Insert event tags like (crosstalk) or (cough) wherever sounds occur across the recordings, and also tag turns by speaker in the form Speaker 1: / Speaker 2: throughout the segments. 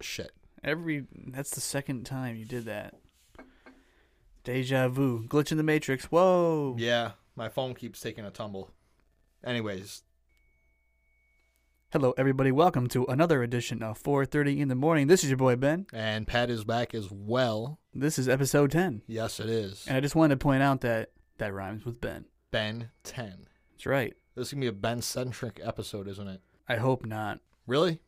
Speaker 1: shit.
Speaker 2: Every that's the second time you did that. Deja vu, glitch in the matrix. Whoa.
Speaker 1: Yeah, my phone keeps taking a tumble. Anyways,
Speaker 2: Hello, everybody. Welcome to another edition of 4:30 in the morning. This is your boy Ben.
Speaker 1: and Pat is back as well.
Speaker 2: This is episode 10,
Speaker 1: Yes, it is.
Speaker 2: and I just wanted to point out that that rhymes with Ben.
Speaker 1: Ben 10.
Speaker 2: That's right.
Speaker 1: This is going to be a Ben centric episode, isn't it?
Speaker 2: I hope not.
Speaker 1: Really?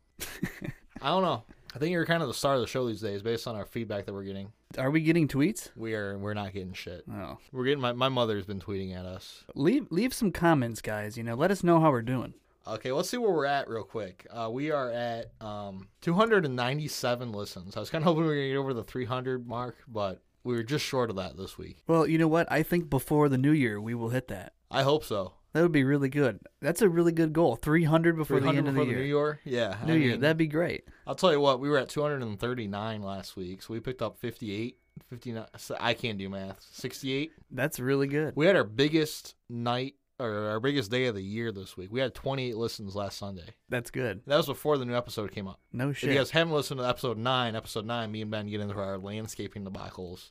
Speaker 1: I don't know. I think you're kind of the star of the show these days based on our feedback that we're getting.
Speaker 2: Are we getting tweets?
Speaker 1: We are we're not getting shit.
Speaker 2: Oh,
Speaker 1: We're getting my, my mother's been tweeting at us.
Speaker 2: leave leave some comments, guys. You know, let us know how we're doing.
Speaker 1: Okay, let's see where we're at real quick. Uh, we are at um, 297 listens. I was kind of hoping we were going to get over the 300 mark, but we were just short of that this week.
Speaker 2: Well, you know what? I think before the new year we will hit that.
Speaker 1: I hope so.
Speaker 2: That would be really good. That's a really good goal. 300 before
Speaker 1: 300
Speaker 2: the end of the
Speaker 1: before
Speaker 2: year.
Speaker 1: New Year? Yeah. I
Speaker 2: New year.
Speaker 1: mean,
Speaker 2: That'd be great.
Speaker 1: I'll tell you what, we were at 239 last week, so we picked up 58, 59. so I can't do math. 68.
Speaker 2: That's really good.
Speaker 1: We had our biggest night or our biggest day of the year this week. We had 28 listens last Sunday.
Speaker 2: That's good.
Speaker 1: That was before the new episode came up.
Speaker 2: No
Speaker 1: If
Speaker 2: shit.
Speaker 1: you guys haven't listened to episode nine, episode nine, me and Ben get into our landscaping debacles.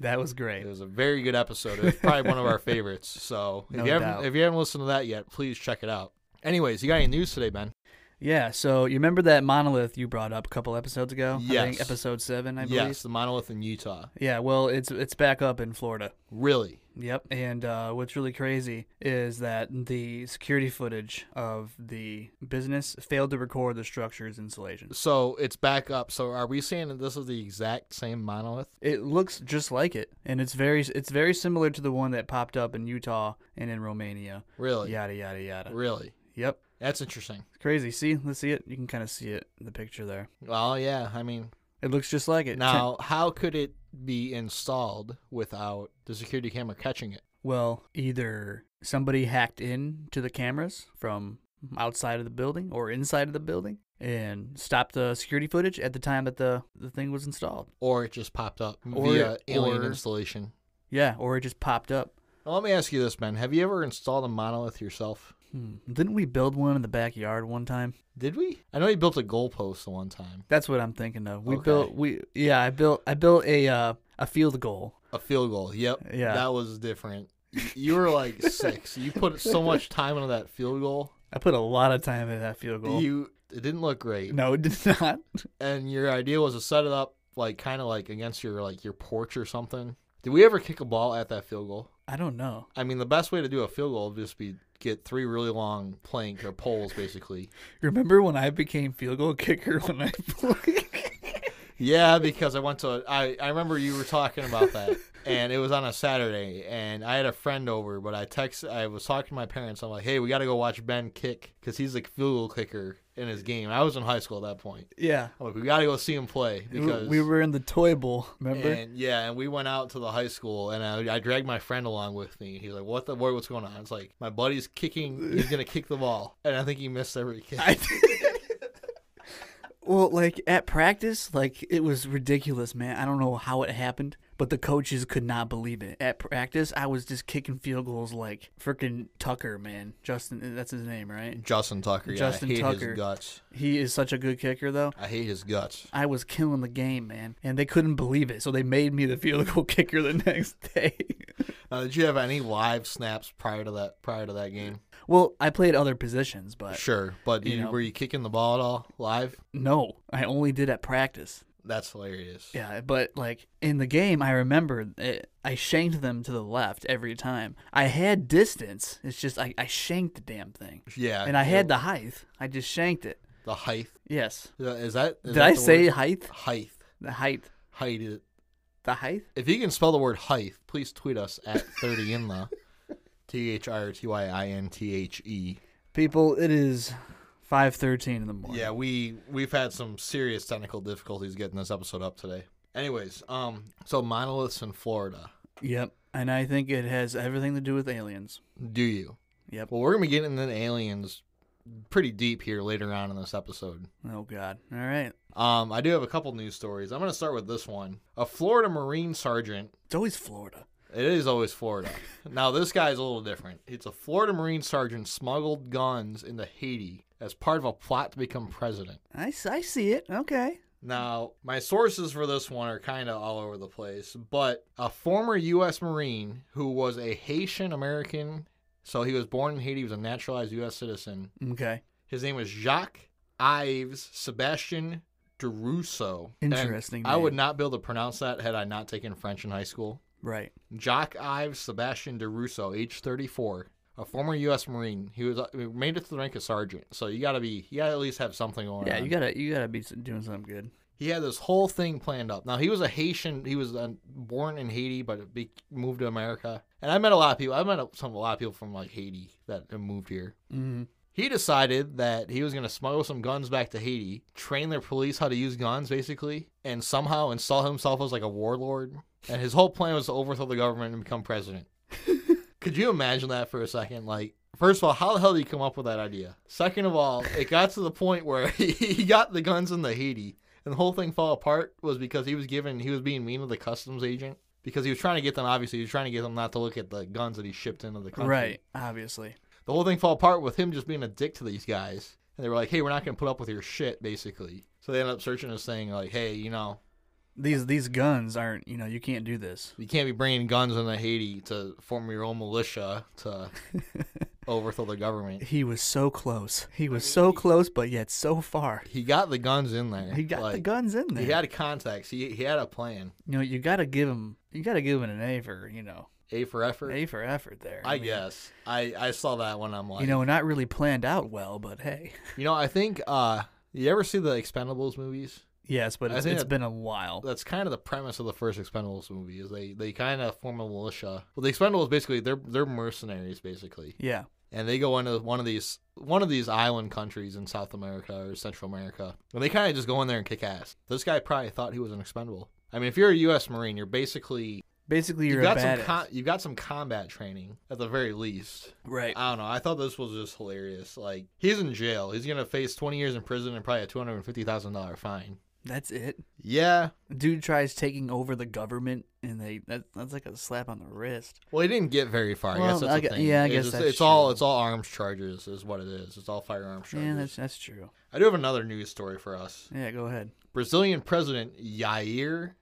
Speaker 2: That was
Speaker 1: It
Speaker 2: great.
Speaker 1: was a very good episode. It was probably one of
Speaker 2: (laughs)
Speaker 1: our favorites. So if
Speaker 2: No
Speaker 1: you haven't
Speaker 2: doubt.
Speaker 1: if you haven't listened to that yet, please check it out. Anyways, you got any news today, Ben?
Speaker 2: Yeah, so you remember that monolith you brought up a couple episodes ago? I
Speaker 1: Yes.
Speaker 2: think episode seven, I believe.
Speaker 1: yes, the monolith in Utah.
Speaker 2: Yeah, well, it's it's back up in Florida.
Speaker 1: Really?
Speaker 2: Yep. And uh, what's really crazy is that the security footage of the business failed to record the structure's installation.
Speaker 1: So it's back up. So are we saying that this is the exact same monolith?
Speaker 2: It looks just like it, and it's very it's very similar to the one that popped up in Utah and in Romania.
Speaker 1: Really?
Speaker 2: Yada yada yada.
Speaker 1: Really?
Speaker 2: Yep.
Speaker 1: That's interesting.
Speaker 2: It's crazy. See, let's see it. You can kind of see it in the picture there.
Speaker 1: Well, yeah. I mean,
Speaker 2: It looks just like it.
Speaker 1: now how could it be installed without the security camera catching it?
Speaker 2: (laughs) Well, either somebody hacked in to the cameras from outside of the building or inside of the building and stopped the security footage at the time that the, the thing was installed.
Speaker 1: Or it just popped up
Speaker 2: Or-
Speaker 1: via alien
Speaker 2: or-
Speaker 1: installation?
Speaker 2: Yeah, or it just popped up.
Speaker 1: Now, let me ask you this, Ben. Have you ever installed a monolith yourself?
Speaker 2: Hmm. Didn't we build one in the backyard one time?
Speaker 1: Did we? I know you built a goalpost the one time,
Speaker 2: That's what I'm thinking of. We
Speaker 1: Okay.
Speaker 2: built we yeah, I built I built a uh, a field goal.
Speaker 1: a field goal. Yep.
Speaker 2: Yeah.
Speaker 1: That was different. Y- You were like six. You put so much time into that field goal.
Speaker 2: I put a lot of time into that field goal.
Speaker 1: You it didn't look great.
Speaker 2: no, it did not. (laughs)
Speaker 1: and your idea was to set it up like kind of like against your like your porch or something. Did we ever kick a ball at that field goal?
Speaker 2: I don't know.
Speaker 1: I mean, the best way to do a field goal would just be get three really long plank or poles,
Speaker 2: (laughs)
Speaker 1: basically.
Speaker 2: Remember when I became field goal kicker when I (laughs)
Speaker 1: (laughs)
Speaker 2: played?
Speaker 1: yeah, because I went to I I remember you were talking about
Speaker 2: (laughs)
Speaker 1: that, and it was on a Saturday, and I had a friend over, but I text I was talking to my parents. I'm like, hey, we got to go watch Ben kick because he's the field goal kicker in his game. I was in high school at that point.
Speaker 2: yeah.
Speaker 1: I'm like, we got to go see him play
Speaker 2: We-
Speaker 1: because
Speaker 2: we were in the toy bowl, remember?
Speaker 1: And yeah, and we went out to the high school, and I, I dragged my friend along with me. He's like, "What the what, What's going on?" It's like my buddy's kicking. He's gonna kick the ball, and I think he missed every kick.
Speaker 2: (laughs) I well, like at practice, like it was ridiculous, man. I don't know how it happened, but the coaches could not believe it. At practice, I was just kicking field goals like freaking Tucker, man. Justin, uh, that's his name, right?
Speaker 1: Justin Tucker. Yeah,
Speaker 2: Justin
Speaker 1: I hate
Speaker 2: Tucker.
Speaker 1: his guts.
Speaker 2: He is such a good kicker, though.
Speaker 1: I hate his guts.
Speaker 2: I was killing the game, man, and they couldn't believe it, so they made me the field goal (laughs) kicker the next day. (laughs)
Speaker 1: Now, did you have any live snaps prior to that? Prior to that game,
Speaker 2: well, I played other positions, but
Speaker 1: sure. But
Speaker 2: Uh, You
Speaker 1: you-
Speaker 2: know.
Speaker 1: were you kicking the ball at all live?
Speaker 2: no, I only did at practice.
Speaker 1: That's hilarious.
Speaker 2: Yeah, but like in the game, I remember it, I shanked them to the left every time. I had distance. It's just I, I shanked the damn thing,
Speaker 1: Yeah,
Speaker 2: and I had
Speaker 1: the,
Speaker 2: the height. I just shanked it.
Speaker 1: the height.
Speaker 2: Yes.
Speaker 1: Is that? Is
Speaker 2: Did
Speaker 1: that
Speaker 2: I
Speaker 1: the
Speaker 2: say
Speaker 1: word?
Speaker 2: height?
Speaker 1: height?
Speaker 2: The height.
Speaker 1: Height. is-
Speaker 2: The height.
Speaker 1: If you can spell the word height, please tweet us at 30 in (laughs) the T H I R T Y I N T H E.
Speaker 2: People, it is five thirteen in the morning.
Speaker 1: Yeah, we we've had some serious technical difficulties getting this episode up today. Anyways, um so monoliths in Florida.
Speaker 2: Yep. And I think it has everything to do with aliens.
Speaker 1: Do you?
Speaker 2: Yep.
Speaker 1: Well, we're going to be getting into aliens pretty deep here later on in this episode.
Speaker 2: Oh God. All right.
Speaker 1: Um I do have a couple news stories. I'm going to start with this one. A Florida Marine sergeant
Speaker 2: It's always Florida.
Speaker 1: It is always Florida. now this guy's a little different. It's a Florida Marine sergeant smuggled guns into Haiti as part of a plot to become president.
Speaker 2: I, s- I see it. Okay.
Speaker 1: Now, my sources for this one are kind of all over the place, but a former U.S. Marine who was a Haitian American, so he was born in Haiti, he was a naturalized U.S. citizen.
Speaker 2: Okay.
Speaker 1: His name was Jacques Ives Sebastian Deruso. And
Speaker 2: Interesting
Speaker 1: I would
Speaker 2: name.
Speaker 1: not be able to pronounce that had I not taken French in high school.
Speaker 2: Right.
Speaker 1: Jock Ives Sebastian DeRusso, age 34, a former U.S. Marine. He was uh, he made it to the rank of sergeant, so you gotta be, you gotta at least have something going
Speaker 2: Yeah,
Speaker 1: on.
Speaker 2: you gotta you gotta be s- doing something good.
Speaker 1: he had this whole thing planned up. Now he was a Haitian. He was uh, born in Haiti, but be, moved to America. And I met a lot of people. I met a- some a lot of people from like Haiti that have moved here.
Speaker 2: Mm-hmm.
Speaker 1: He decided that he was going to smuggle some guns back to Haiti, train their police how to use guns, basically, and somehow install himself as like a warlord. And his whole plan was to overthrow the government and become president. Could you imagine that for a second? Like, first of all, how the hell did he come up with that idea? Second of all, it got to the point where (laughs) he got the guns in the Haiti, and the whole thing fell apart was because he was given he was being mean to the customs agent because he was trying to get them. Obviously, he was trying to get them not to look at the guns that he shipped into the country
Speaker 2: Right. Obviously.
Speaker 1: the whole thing fell apart with him just being a dick to these guys. And they were like, hey, we're not going to put up with your shit, basically. So they ended up searching us saying, like, hey, you know,
Speaker 2: These these guns aren't. You know, you can't do this.
Speaker 1: you can't be bringing guns into Haiti to form your own militia
Speaker 2: (laughs)
Speaker 1: to overthrow the government.
Speaker 2: He was so close. He was so close, but yet so far.
Speaker 1: He got the guns in there.
Speaker 2: He got the
Speaker 1: Like,
Speaker 2: guns in there.
Speaker 1: He had contacts. He, he had a plan.
Speaker 2: you know, you gotta give him. You gotta give him an A for you know
Speaker 1: A for effort. I
Speaker 2: A for effort there. mean,
Speaker 1: guess. I, I saw that when I'm like,
Speaker 2: You know, not really planned out well, but hey. (laughs)
Speaker 1: you know, I think, uh, you ever see the Expendables movies?
Speaker 2: Yes, but
Speaker 1: I
Speaker 2: it's,
Speaker 1: think
Speaker 2: it's
Speaker 1: that-
Speaker 2: been a while.
Speaker 1: that's kind of the premise of the first Expendables movie is they they kind of form a militia. Well, the Expendables basically they're they're mercenaries basically,
Speaker 2: Yeah.
Speaker 1: and they go into one of these one of these island countries in South America or Central America, and they kind of just go in there and kick ass. This guy probably thought he was an Expendable. I mean, if you're a U.S. Marine, you're basically
Speaker 2: Basically, you're
Speaker 1: you've
Speaker 2: a
Speaker 1: got some
Speaker 2: badass.
Speaker 1: com- you've got some combat training at the very least.
Speaker 2: right.
Speaker 1: I don't know. I thought this was just hilarious. Like he's in jail. He's gonna face 20 years in prison and probably a 250 thousand dollar fine.
Speaker 2: That's it.
Speaker 1: Yeah,
Speaker 2: Dude tries taking over the government, and they that, that's like a slap on the wrist.
Speaker 1: Well, he didn't get very far. I
Speaker 2: Well,
Speaker 1: guess that's
Speaker 2: I
Speaker 1: the
Speaker 2: gu-
Speaker 1: thing.
Speaker 2: yeah, I
Speaker 1: It's
Speaker 2: guess
Speaker 1: just-
Speaker 2: that's
Speaker 1: it's all
Speaker 2: true.
Speaker 1: it's all arms charges is what it is. It's all firearms charges.
Speaker 2: Yeah, that's that's true.
Speaker 1: I do have another news story for us.
Speaker 2: Yeah, go ahead.
Speaker 1: Brazilian President Jair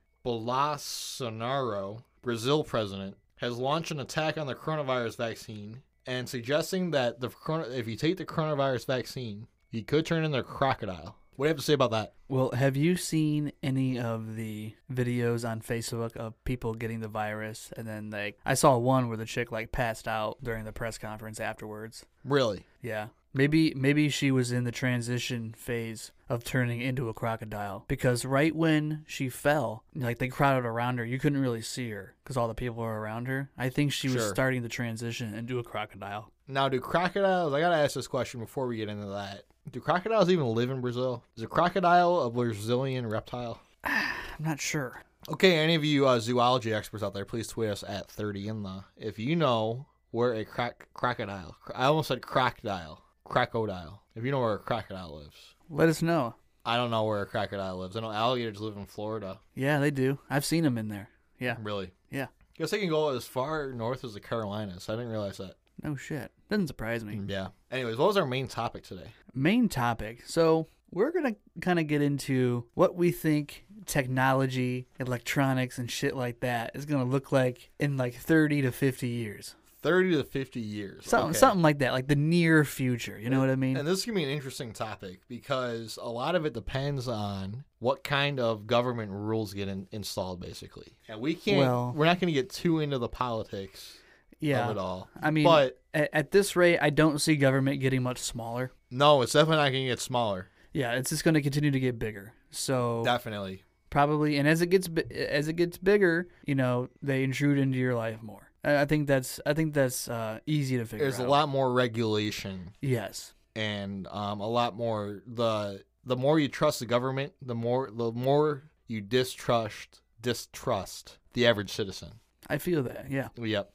Speaker 1: Bolsonaro, Brazil president, has launched an attack on the coronavirus vaccine and suggesting that the corona, if you take the coronavirus vaccine, you could turn into a crocodile. What do you have to say about that?
Speaker 2: Well, have you seen any of the videos on Facebook of people getting the virus, and then like I saw one where the chick like passed out during the press conference afterwards.
Speaker 1: Really?
Speaker 2: Yeah. Maybe maybe she was in the transition phase of turning into a crocodile because right when she fell, like they crowded around her, you couldn't really see her because all the people were around her. I think she was
Speaker 1: Sure.
Speaker 2: starting the transition into a crocodile.
Speaker 1: Now, do crocodiles? I gotta ask this question before we get into that. Do crocodiles even live in Brazil? Is a crocodile a Brazilian reptile?
Speaker 2: I'm not sure.
Speaker 1: Okay, any of you uh, zoology experts out there, please tweet us at 30 in the if you know where a croc- crocodile. cro- I almost said crocodile, crocodile. If you know where a crocodile lives,
Speaker 2: Let us know.
Speaker 1: I don't know where a crocodile lives. I know alligators live in Florida.
Speaker 2: Yeah, they do. I've seen them in there. Yeah.
Speaker 1: Really?
Speaker 2: Yeah.
Speaker 1: Guess they can go as far north as the Carolinas. I didn't realize that.
Speaker 2: No shit. Doesn't surprise me.
Speaker 1: Yeah. Anyways, what was our main topic today?
Speaker 2: main topic. So we're gonna kind of get into what we think technology, electronics, and shit like that is gonna look like in like 30 to 50 years,
Speaker 1: 30 to 50 years.
Speaker 2: something
Speaker 1: Okay.
Speaker 2: something like that, like the near future. You know what I mean?
Speaker 1: And this is going to be an interesting topic because a lot of it depends on what kind of government rules get in, installed, basically. And we can't,
Speaker 2: Well-
Speaker 1: we're not going to get too into the politics
Speaker 2: yeah.
Speaker 1: of it all.
Speaker 2: I mean,
Speaker 1: but
Speaker 2: at, at this rate, I don't see government getting much smaller.
Speaker 1: no, it's definitely not going to get smaller.
Speaker 2: Yeah, it's just gonna continue to get bigger. So
Speaker 1: Definitely.
Speaker 2: probably and as it gets bi- as it gets bigger you know they intrude into your life more i I think that's i think that's uh easy to figure
Speaker 1: There's a
Speaker 2: out.
Speaker 1: lot more regulation
Speaker 2: yes
Speaker 1: and um, a lot more. The, the more you trust the government, the more, the more you distrust, distrust the average citizen.
Speaker 2: i feel that yeah
Speaker 1: Yep.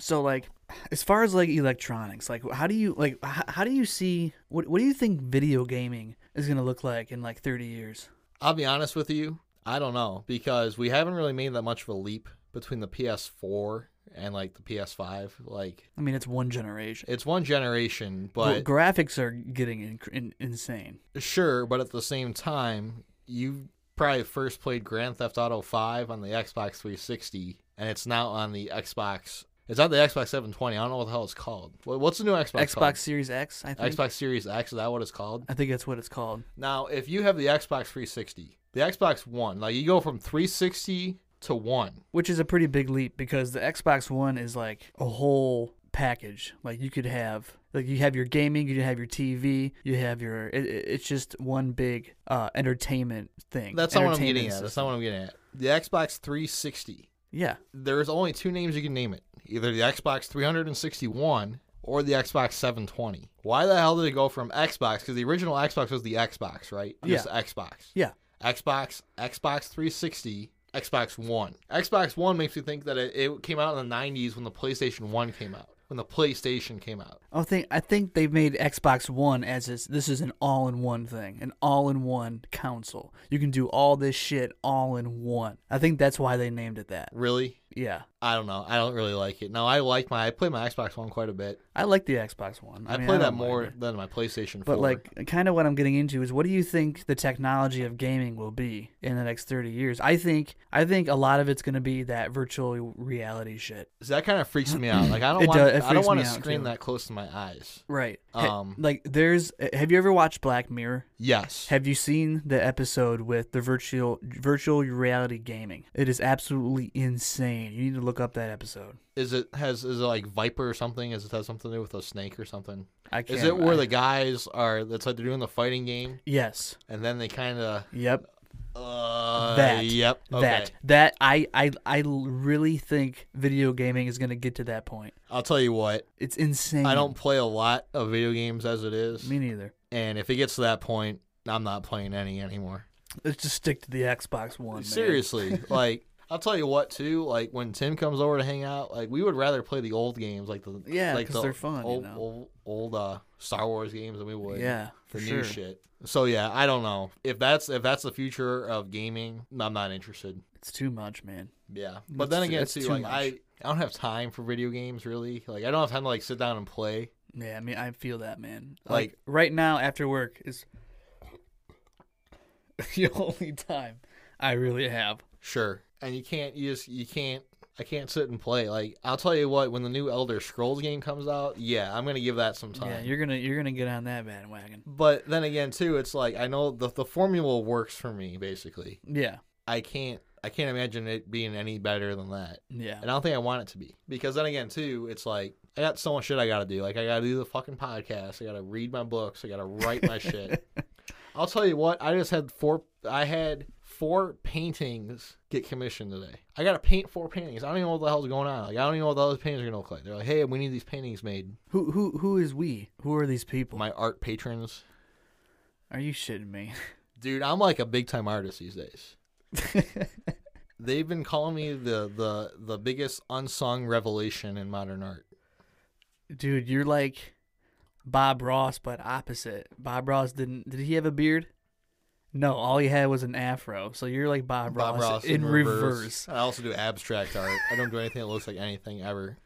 Speaker 2: so like as far as like electronics like how do you like how, how do you see what what do you think video gaming is going to look like in like 30 years
Speaker 1: I'll be honest with you. I don't know because we haven't really made that much of a leap between the PS4 and like the PS5. Like
Speaker 2: i mean it's one generation
Speaker 1: it's one generation,
Speaker 2: Well,
Speaker 1: but
Speaker 2: graphics are getting in, in, insane
Speaker 1: sure, but at the same time, you probably first played Grand Theft Auto 5 on the Xbox 360, and it's now on the Xbox. It's not the Xbox 720. I don't know what the hell it's called. Wha- What's the new Xbox?
Speaker 2: Xbox
Speaker 1: called?
Speaker 2: Series X, I think.
Speaker 1: Xbox Series X. Is that what it's called?
Speaker 2: I think that's what it's called.
Speaker 1: Now, if you have the Xbox 360, the Xbox One, like you go from 360 to one.
Speaker 2: Which is a pretty big leap because the Xbox One is like a whole package. Like you could have like you have your gaming, you have your TV, you have your it, it- it's just one big uh entertainment thing.
Speaker 1: That's not what I'm
Speaker 2: Entertainment
Speaker 1: getting at. That's
Speaker 2: system.
Speaker 1: not what I'm getting at. The Xbox 360.
Speaker 2: Yeah.
Speaker 1: There's only two names you can name it either the Xbox 361 or the Xbox 720. Why the hell did it go from Xbox? Because the original Xbox was the Xbox, right? Just Xbox.
Speaker 2: Yeah.
Speaker 1: Xbox, Xbox 360, Xbox One. Xbox One makes me think that it, it came out in the 90s when the PlayStation 1 came out, when the PlayStation came out.
Speaker 2: I think I think they've made Xbox One as this. This is an all-in-one thing, an all-in-one console. You can do all this shit all in one. I think that's why they named it that.
Speaker 1: Really?
Speaker 2: Yeah,
Speaker 1: I don't know. I don't really like it. No, I like my. I play my Xbox One quite a bit.
Speaker 2: I like the Xbox One.
Speaker 1: I,
Speaker 2: mean,
Speaker 1: play that
Speaker 2: don't mind
Speaker 1: more
Speaker 2: it.
Speaker 1: than my PlayStation 4.
Speaker 2: But like, kind of what I'm getting into is, what do you think the technology of gaming will be in the next 30 years? I think I think a lot of it's going to be that virtual reality shit.
Speaker 1: So that kind of freaks me out. Like I don't
Speaker 2: It
Speaker 1: want.
Speaker 2: does-
Speaker 1: I
Speaker 2: it
Speaker 1: don't
Speaker 2: freaks
Speaker 1: want
Speaker 2: me
Speaker 1: a
Speaker 2: out,
Speaker 1: screen
Speaker 2: too.
Speaker 1: that close to my eyes.
Speaker 2: Right.
Speaker 1: Um,
Speaker 2: like, there's. Have you ever watched Black Mirror?
Speaker 1: Yes.
Speaker 2: Have you seen the episode with the virtual virtual reality gaming? It is absolutely insane. You need to look up that episode.
Speaker 1: Is it has is it like Viper or something? Is it has something to do with a snake or something?
Speaker 2: I can't.
Speaker 1: Is it where
Speaker 2: I-
Speaker 1: the guys are? That's like they're doing the fighting game,
Speaker 2: Yes.
Speaker 1: and then they kind of
Speaker 2: Yep.
Speaker 1: uh,
Speaker 2: That.
Speaker 1: Yep. Okay.
Speaker 2: That that I I I really think video gaming is going to get to that point.
Speaker 1: I'll tell you what.
Speaker 2: It's insane.
Speaker 1: I don't play a lot of video games as it is,
Speaker 2: Mm. Me neither.
Speaker 1: and if it gets to that point, I'm not playing any anymore.
Speaker 2: Let's just stick to the Xbox One. man.
Speaker 1: Seriously, like. I'll tell you what too. Like when Tim comes over to hang out, like we would rather play the old games, like the
Speaker 2: Yeah,
Speaker 1: like
Speaker 2: 'cause they're fun, you
Speaker 1: old
Speaker 2: know.
Speaker 1: old, old uh, Star Wars games than we would.
Speaker 2: Yeah.
Speaker 1: the
Speaker 2: For
Speaker 1: new
Speaker 2: sure.
Speaker 1: shit. So yeah, I don't know if that's if that's the future of gaming. I'm not interested.
Speaker 2: It's too much, man.
Speaker 1: Yeah, but
Speaker 2: That's
Speaker 1: then
Speaker 2: too-
Speaker 1: again,
Speaker 2: that's
Speaker 1: see,
Speaker 2: too
Speaker 1: like
Speaker 2: much.
Speaker 1: I I don't have time for video games really. Like I don't have time to like sit down and play.
Speaker 2: Yeah, I mean, I feel that, man.
Speaker 1: Like-
Speaker 2: Like, right now after work is (laughs) the only time I really have.
Speaker 1: Sure, and you can't. You just you can't. I can't sit and play. Like I'll tell you what, when the new Elder Scrolls game comes out, yeah, I'm gonna give that some time.
Speaker 2: Yeah, you're gonna you're gonna get on that bandwagon.
Speaker 1: but then again, too, it's like I know the the formula works for me. Basically,
Speaker 2: Yeah,
Speaker 1: I can't I can't imagine it being any better than that.
Speaker 2: yeah,
Speaker 1: And I don't think I want it to be. Because then again, too, it's like I got so much shit I gotta do. Like I gotta do the fucking podcast. I gotta read my books. I gotta write my shit. I'll tell you what, I just had four I had four paintings get commissioned today. I gotta paint four paintings. I don't even know what the hell's going on. Like I don't even know what those paintings are gonna look like. They're like, Hey, we need these paintings made.
Speaker 2: Who who who is we? Who are these people?
Speaker 1: My art patrons.
Speaker 2: are you shitting me? (laughs)
Speaker 1: Dude, I'm like a big time artist these days. They've been calling me the, the the biggest unsung revelation in modern art.
Speaker 2: Dude, you're like Bob Ross, but opposite. Bob Ross didn't. Did he have a beard? No, all he had was an afro. So you're like Bob,
Speaker 1: Bob
Speaker 2: Ross,
Speaker 1: Ross
Speaker 2: in, reverse.
Speaker 1: I also do abstract art. I don't do anything that looks like anything ever.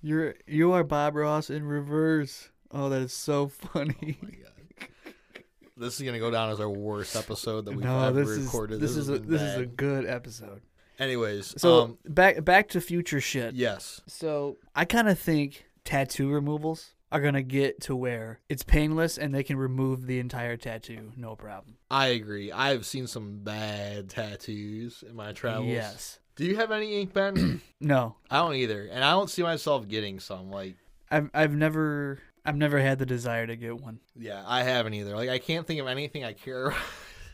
Speaker 2: You're you are Bob Ross in reverse. Oh, that is so (laughs) funny.
Speaker 1: This is gonna go down as our worst episode that we've
Speaker 2: no,
Speaker 1: ever
Speaker 2: this is
Speaker 1: recorded.
Speaker 2: this,
Speaker 1: has
Speaker 2: is a,
Speaker 1: been
Speaker 2: this is a
Speaker 1: bad.
Speaker 2: good episode.
Speaker 1: Anyways,
Speaker 2: So
Speaker 1: um,
Speaker 2: back back to future shit.
Speaker 1: yes,
Speaker 2: So I kind of think tattoo removals are gonna get to where it's painless and they can remove the entire tattoo, no problem.
Speaker 1: I agree. I've seen some bad tattoos in my travels.
Speaker 2: Yes.
Speaker 1: Do you have any ink pen? (clears throat)
Speaker 2: No.
Speaker 1: I don't either, and I don't see myself getting some. Like,
Speaker 2: I've I've never I've never had the desire to get one.
Speaker 1: yeah, I haven't either. Like, I can't think of anything I care. (laughs) about.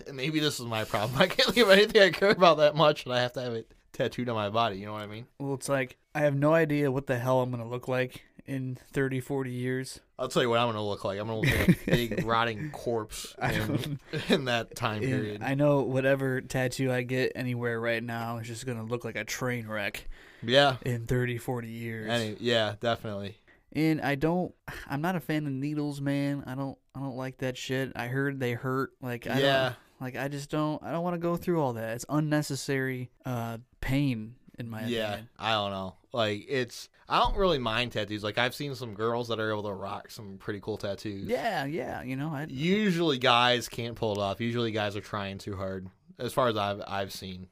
Speaker 1: and maybe this is my problem. I can't think of anything I care about that much, and I have to have it tattooed on my body. You know what I mean?
Speaker 2: Well, it's like I have no idea what the hell I'm gonna look like in 30, 40 years.
Speaker 1: I'll tell you what I'm gonna look like. I'm gonna look like
Speaker 2: (laughs)
Speaker 1: a big rotting corpse in, (laughs) in that time
Speaker 2: And
Speaker 1: period.
Speaker 2: I know whatever tattoo I get anywhere right now is just gonna look like a train wreck
Speaker 1: yeah,
Speaker 2: in 30, 40 years.
Speaker 1: any, yeah, definitely.
Speaker 2: And I don't. (sighs) I'm not a fan of needles, man. I don't. I don't like that shit. I heard they hurt. Like I
Speaker 1: Yeah.
Speaker 2: Don't, like I just don't. I don't want to go through all that. It's unnecessary uh pain in my
Speaker 1: yeah,
Speaker 2: opinion.
Speaker 1: I don't know. Like it's, I don't really mind tattoos. Like I've seen some girls that are able to rock some pretty cool tattoos.
Speaker 2: Yeah, yeah. You know, I
Speaker 1: Usually guys can't pull it off. Usually guys are trying too hard. as far as I've I've seen.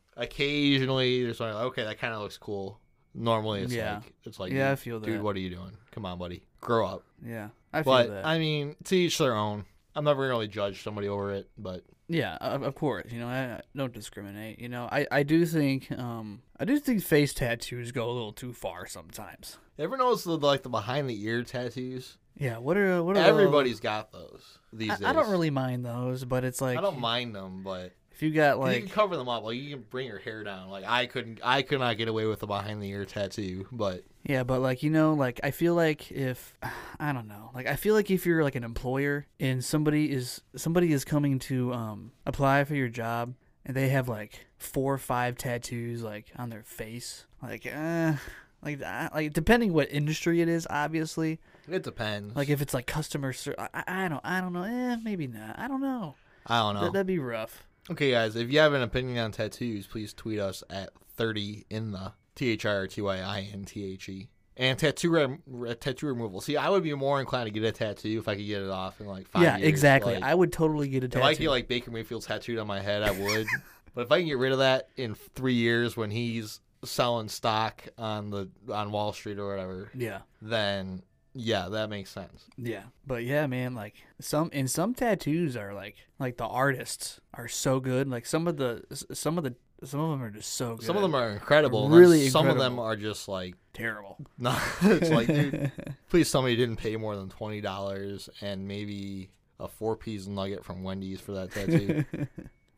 Speaker 1: Occasionally, there's something like, okay, that kind of looks cool. Normally, it's
Speaker 2: Yeah.
Speaker 1: like it's like,
Speaker 2: Yeah, I
Speaker 1: dude,
Speaker 2: feel
Speaker 1: dude,
Speaker 2: that.
Speaker 1: what are you doing? Come on, buddy, grow up.
Speaker 2: Yeah, I feel
Speaker 1: But
Speaker 2: that.
Speaker 1: I mean, to each their own. I'm never gonna really judge somebody over it, but
Speaker 2: yeah, of, of course. You know, I I don't discriminate. You know, I I do think um I do think face tattoos go a little too far sometimes.
Speaker 1: ever notice the like the behind the ear tattoos?
Speaker 2: Yeah, what are what are the-
Speaker 1: Everybody's got those these days.
Speaker 2: I, I don't really mind those, but it's like
Speaker 1: I don't mind them, but
Speaker 2: if you got
Speaker 1: Like, you
Speaker 2: like
Speaker 1: can cover them up. Like you can bring your hair down. Like I couldn't. I could not get away with the behind the ear tattoo. But
Speaker 2: Yeah, but like you know, like I feel like if (sighs) I don't know, like I feel like if you're like an employer and somebody is somebody is coming to um apply for your job and they have like four or five tattoos like on their face, like uh like I- like depending what industry it is, obviously.
Speaker 1: it depends.
Speaker 2: Like if it's like customer ser- I, I I don't I don't know. Eh, maybe not. I don't know.
Speaker 1: I don't know.
Speaker 2: That, that'd be rough.
Speaker 1: okay, guys, if you have an opinion on tattoos, please tweet us at thirty in the t h i r t y i n t h e and tattoo rem- re- tattoo removal. See, I would be more inclined to get a tattoo if I could get it off in like five.
Speaker 2: yeah,
Speaker 1: years.
Speaker 2: exactly.
Speaker 1: Like,
Speaker 2: I would totally get a
Speaker 1: if
Speaker 2: tattoo.
Speaker 1: I could get like Baker Mayfield tattooed on my head, I
Speaker 2: (laughs)
Speaker 1: would. but if I can get rid of that in three years when he's selling stock on the on Wall Street or whatever,
Speaker 2: yeah.
Speaker 1: then yeah, that makes sense.
Speaker 2: Yeah. But yeah, man, like some and some tattoos are like like the artists are so good. Like some of the s- some of the some of them are just so good.
Speaker 1: Some of them are incredible. and
Speaker 2: Really
Speaker 1: then Some of them
Speaker 2: incredible.
Speaker 1: are just like, (laughs)
Speaker 2: terrible.
Speaker 1: not, it's like,
Speaker 2: (laughs)
Speaker 1: dude, please tell me you didn't pay more than twenty dollars and maybe a four piece nugget from Wendy's for that
Speaker 2: (laughs)
Speaker 1: tattoo.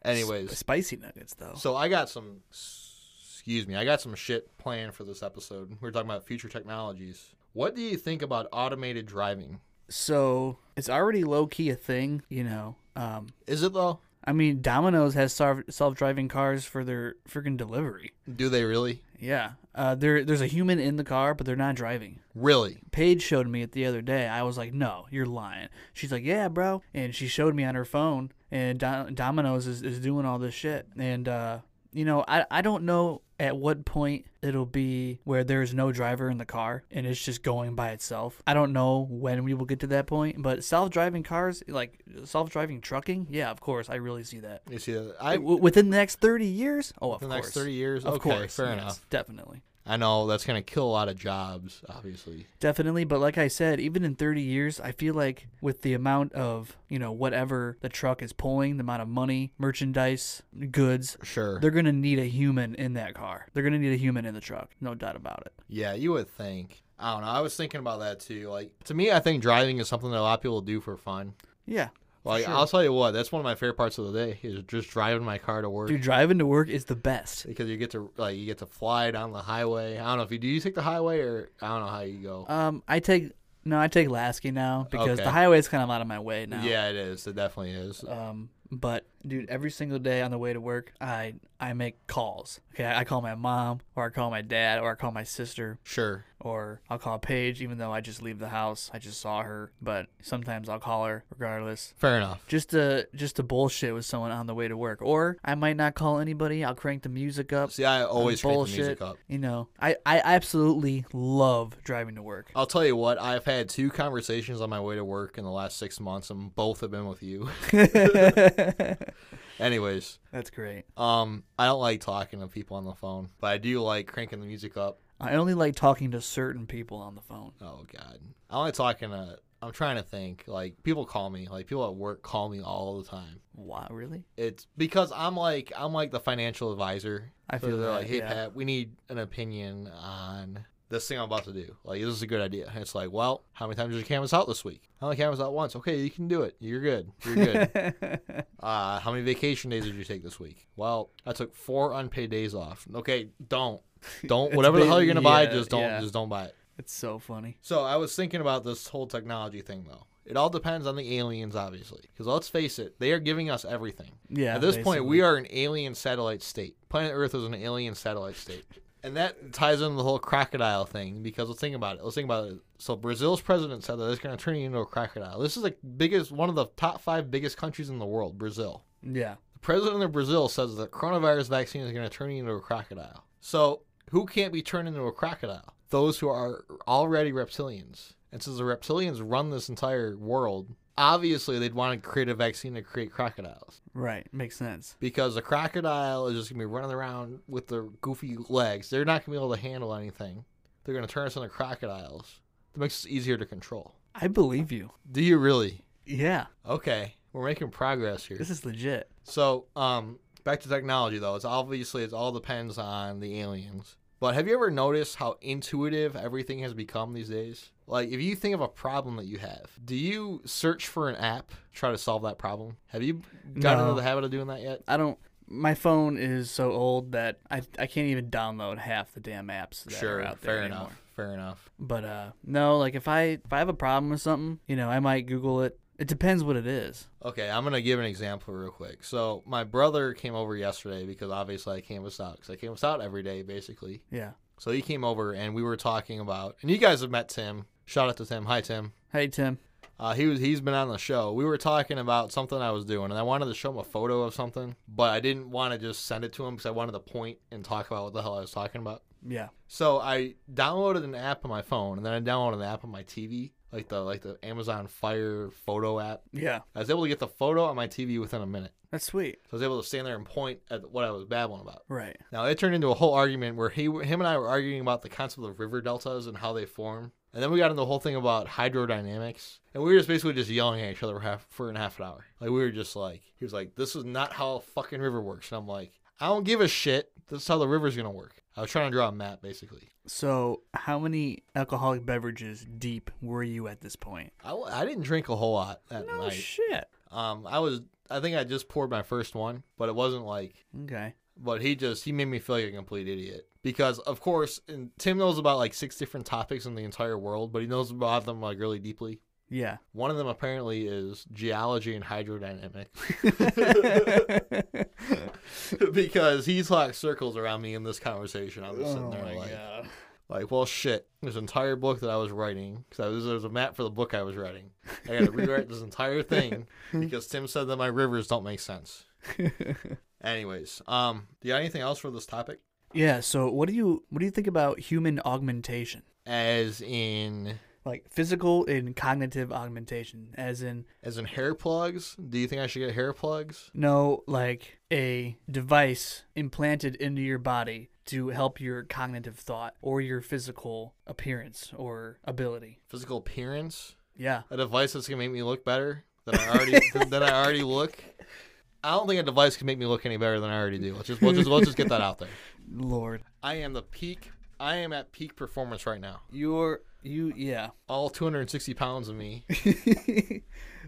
Speaker 1: Anyways,
Speaker 2: spicy nuggets though.
Speaker 1: so I got some. Excuse me, I got some shit planned for this episode. We're talking about future technologies. What do you think about automated driving?
Speaker 2: So it's already low key a thing, you know. Um
Speaker 1: Is it though?
Speaker 2: I mean, Domino's has self driving cars for their freaking delivery.
Speaker 1: Do they really?
Speaker 2: Yeah, uh, there there's a human in the car, but they're not driving.
Speaker 1: Really?
Speaker 2: Paige showed me it the other day. I was like, "No, you're lying." She's like, "Yeah, bro," and she showed me on her phone. And Do- Domino's is, is doing all this shit, and uh, you know, I I don't know at what point it'll be where there's no driver in the car and it's just going by itself. I don't know when we will get to that point, but self-driving cars, like self-driving trucking, yeah, of course, I really see that.
Speaker 1: You see, that? I
Speaker 2: W- within the next 30 years? Oh, of
Speaker 1: the
Speaker 2: course.
Speaker 1: next thirty years.
Speaker 2: Of
Speaker 1: okay,
Speaker 2: course.
Speaker 1: fair
Speaker 2: yes,
Speaker 1: enough.
Speaker 2: Definitely.
Speaker 1: I know that's gonna kill a lot of jobs, obviously.
Speaker 2: Definitely, but like I said, even in 30 years, I feel like with the amount of, you know, whatever the truck is pulling, the amount of money, merchandise, goods,
Speaker 1: Sure.
Speaker 2: they're going to need a human in that car. They're going to need a human in the truck, no doubt about it.
Speaker 1: Yeah, you would think. I don't know. I was thinking about that too. Like to me, I think driving is something that a lot of people do for fun.
Speaker 2: Yeah.
Speaker 1: Like
Speaker 2: sure.
Speaker 1: I'll tell you what, that's one of my favorite parts of the day is just driving my car to work
Speaker 2: Dude, driving to work is the best.
Speaker 1: because you get to like you get to fly down the highway. I don't know if you do you take the highway or I don't know how you go.
Speaker 2: Um, I take no, I take Lasky now because the
Speaker 1: Okay.
Speaker 2: highway is kind of out of my way now.
Speaker 1: Yeah, it is. It definitely is.
Speaker 2: Um, but dude, every single day on the way to work, I I make calls. Okay, I I call my mom, or I call my dad, or I call my sister,
Speaker 1: Sure.
Speaker 2: or I'll call Paige, even though I just leave the house. I just saw her, but sometimes I'll call her regardless.
Speaker 1: Fair enough.
Speaker 2: Just to just to bullshit with someone on the way to work, or I might not call anybody. I'll crank the music up.
Speaker 1: See, I always crank the
Speaker 2: bullshit.
Speaker 1: music up.
Speaker 2: You know, I I absolutely love driving
Speaker 1: (laughs)
Speaker 2: to work. (laughs)
Speaker 1: I'll tell you what, I've had two conversations on my way to work in the last six months, and both have been with you. (laughs) Anyways,
Speaker 2: That's great.
Speaker 1: Um, I don't like talking to people on the phone, but I do like cranking the music up.
Speaker 2: I only like talking to certain people on the phone.
Speaker 1: Oh God, I like talking to. I'm trying to think. Like people call me, like people at work call me all the time.
Speaker 2: Wow, really? (laughs)
Speaker 1: It's because I'm like I'm like the financial advisor.
Speaker 2: I
Speaker 1: So
Speaker 2: feel
Speaker 1: they're
Speaker 2: that,
Speaker 1: like, hey
Speaker 2: yeah.
Speaker 1: Pat, we need an opinion on this thing I'm about to do. Like this is a good idea. And it's like, well, how many times did your canvas out this week? I only canvas out once. Okay, you can do it. You're good. You're
Speaker 2: (laughs)
Speaker 1: good. uh, how many vacation days did you take this week? Well, I took four unpaid days off. Okay, don't. Don't
Speaker 2: (laughs) It's
Speaker 1: whatever the hell
Speaker 2: been-
Speaker 1: you're gonna buy,
Speaker 2: yeah,
Speaker 1: just don't
Speaker 2: yeah.
Speaker 1: just don't buy it.
Speaker 2: It's so funny.
Speaker 1: So I was thinking about this whole technology thing though. It all depends on the aliens, obviously, because let's face it, they are giving us everything.
Speaker 2: Yeah.
Speaker 1: At this point, we are an alien satellite state. Planet Earth is an alien satellite state. And that ties into the whole crocodile thing because let's think about it. Let's think about it. So Brazil's president said that it's going to turn you into a crocodile. This is the biggest, one of the top five biggest countries in the world, Brazil.
Speaker 2: Yeah.
Speaker 1: The president of Brazil says the coronavirus vaccine is going to turn you into a crocodile. So who can't be turned into a crocodile? Those who are already reptilians. And since the reptilians run this entire world, obviously they'd want to create a vaccine to create crocodiles
Speaker 2: Right. Makes sense.
Speaker 1: because a crocodile is just gonna be running around with their goofy legs. They're not gonna be able to handle anything. They're gonna turn us into crocodiles. That makes us easier to control.
Speaker 2: I believe you.
Speaker 1: Do you really?
Speaker 2: Yeah.
Speaker 1: Okay, we're making progress here.
Speaker 2: This is legit.
Speaker 1: So, um, back to technology though. It's obviously it all depends on the aliens. But have you ever noticed how intuitive everything has become these days? Like, if you think of a problem that you have, do you search for an app try to solve that problem? Have you gotten
Speaker 2: No.
Speaker 1: into the habit of doing that yet?
Speaker 2: I don't. My phone is so old that I I can't even download half the damn apps that are out there
Speaker 1: fair
Speaker 2: anymore.
Speaker 1: enough. Fair enough.
Speaker 2: But uh, no, like if I if I have a problem with something, you know, I might Google it. It depends what it is.
Speaker 1: Okay, I'm gonna give an example real quick. So my brother came over yesterday because obviously I canvassed out because I canvassed out every day basically.
Speaker 2: Yeah.
Speaker 1: So he came over and we were talking about, and you guys have met Tim. Shout out to Tim. Hi Tim.
Speaker 2: Hey Tim.
Speaker 1: Uh, he was he's been on the show. We were talking about something I was doing, and I wanted to show him a photo of something, but I didn't want to just send it to him because I wanted to point and talk about what the hell I was talking about.
Speaker 2: Yeah.
Speaker 1: So I downloaded an app on my phone, and then I downloaded an app on my TV, like the like the Amazon Fire photo app.
Speaker 2: Yeah.
Speaker 1: I was able to get the photo on my TV within a minute.
Speaker 2: That's sweet.
Speaker 1: So I was able to stand there and point at what I was babbling about.
Speaker 2: Right.
Speaker 1: Now it turned into a whole argument where he, him, and I were arguing about the concept of river deltas and how they form, and then we got into the whole thing about hydrodynamics, and we were just basically just yelling at each other for half, for an half an hour. Like we were just like, he was like, "This is not how a fucking river works," and I'm like, "I don't give a shit. This is how the river's gonna work." I was trying to draw a map basically.
Speaker 2: So, how many alcoholic beverages deep were you at this point?
Speaker 1: I, w- I didn't drink a whole lot that
Speaker 2: No
Speaker 1: night.
Speaker 2: shit.
Speaker 1: um, I was, I think I just poured my first one, but it wasn't like
Speaker 2: Okay.
Speaker 1: but he just he made me feel like a complete idiot because of course and tim knows about like six different topics in the entire world but he knows about them like really deeply
Speaker 2: Yeah. (laughs)
Speaker 1: one of them apparently is geology and hydrodynamics (laughs) because he's like circles around me in this conversation i'm just sitting there like,
Speaker 2: god.
Speaker 1: like well shit this entire book that i was writing because there was a map for the book i was writing i gotta rewrite this entire thing because tim said that my rivers don't make sense anyways um do you got anything else for this topic
Speaker 2: Yeah, so what do you what do you think about human augmentation?
Speaker 1: as in
Speaker 2: Like physical and cognitive augmentation as in
Speaker 1: as in hair plugs do you think i should get hair plugs
Speaker 2: no like a device implanted into your body to help your cognitive thought or your physical appearance or ability.
Speaker 1: physical appearance
Speaker 2: Yeah.
Speaker 1: a device that's gonna make me look better than i
Speaker 2: (laughs)
Speaker 1: already than i already look i don't think a device can make me look any better than i already do let's just we'll just, we'll just get that out there
Speaker 2: Lord.
Speaker 1: i am the peak i am at peak performance right now
Speaker 2: You're you yeah. (laughs)
Speaker 1: all 260 pounds of me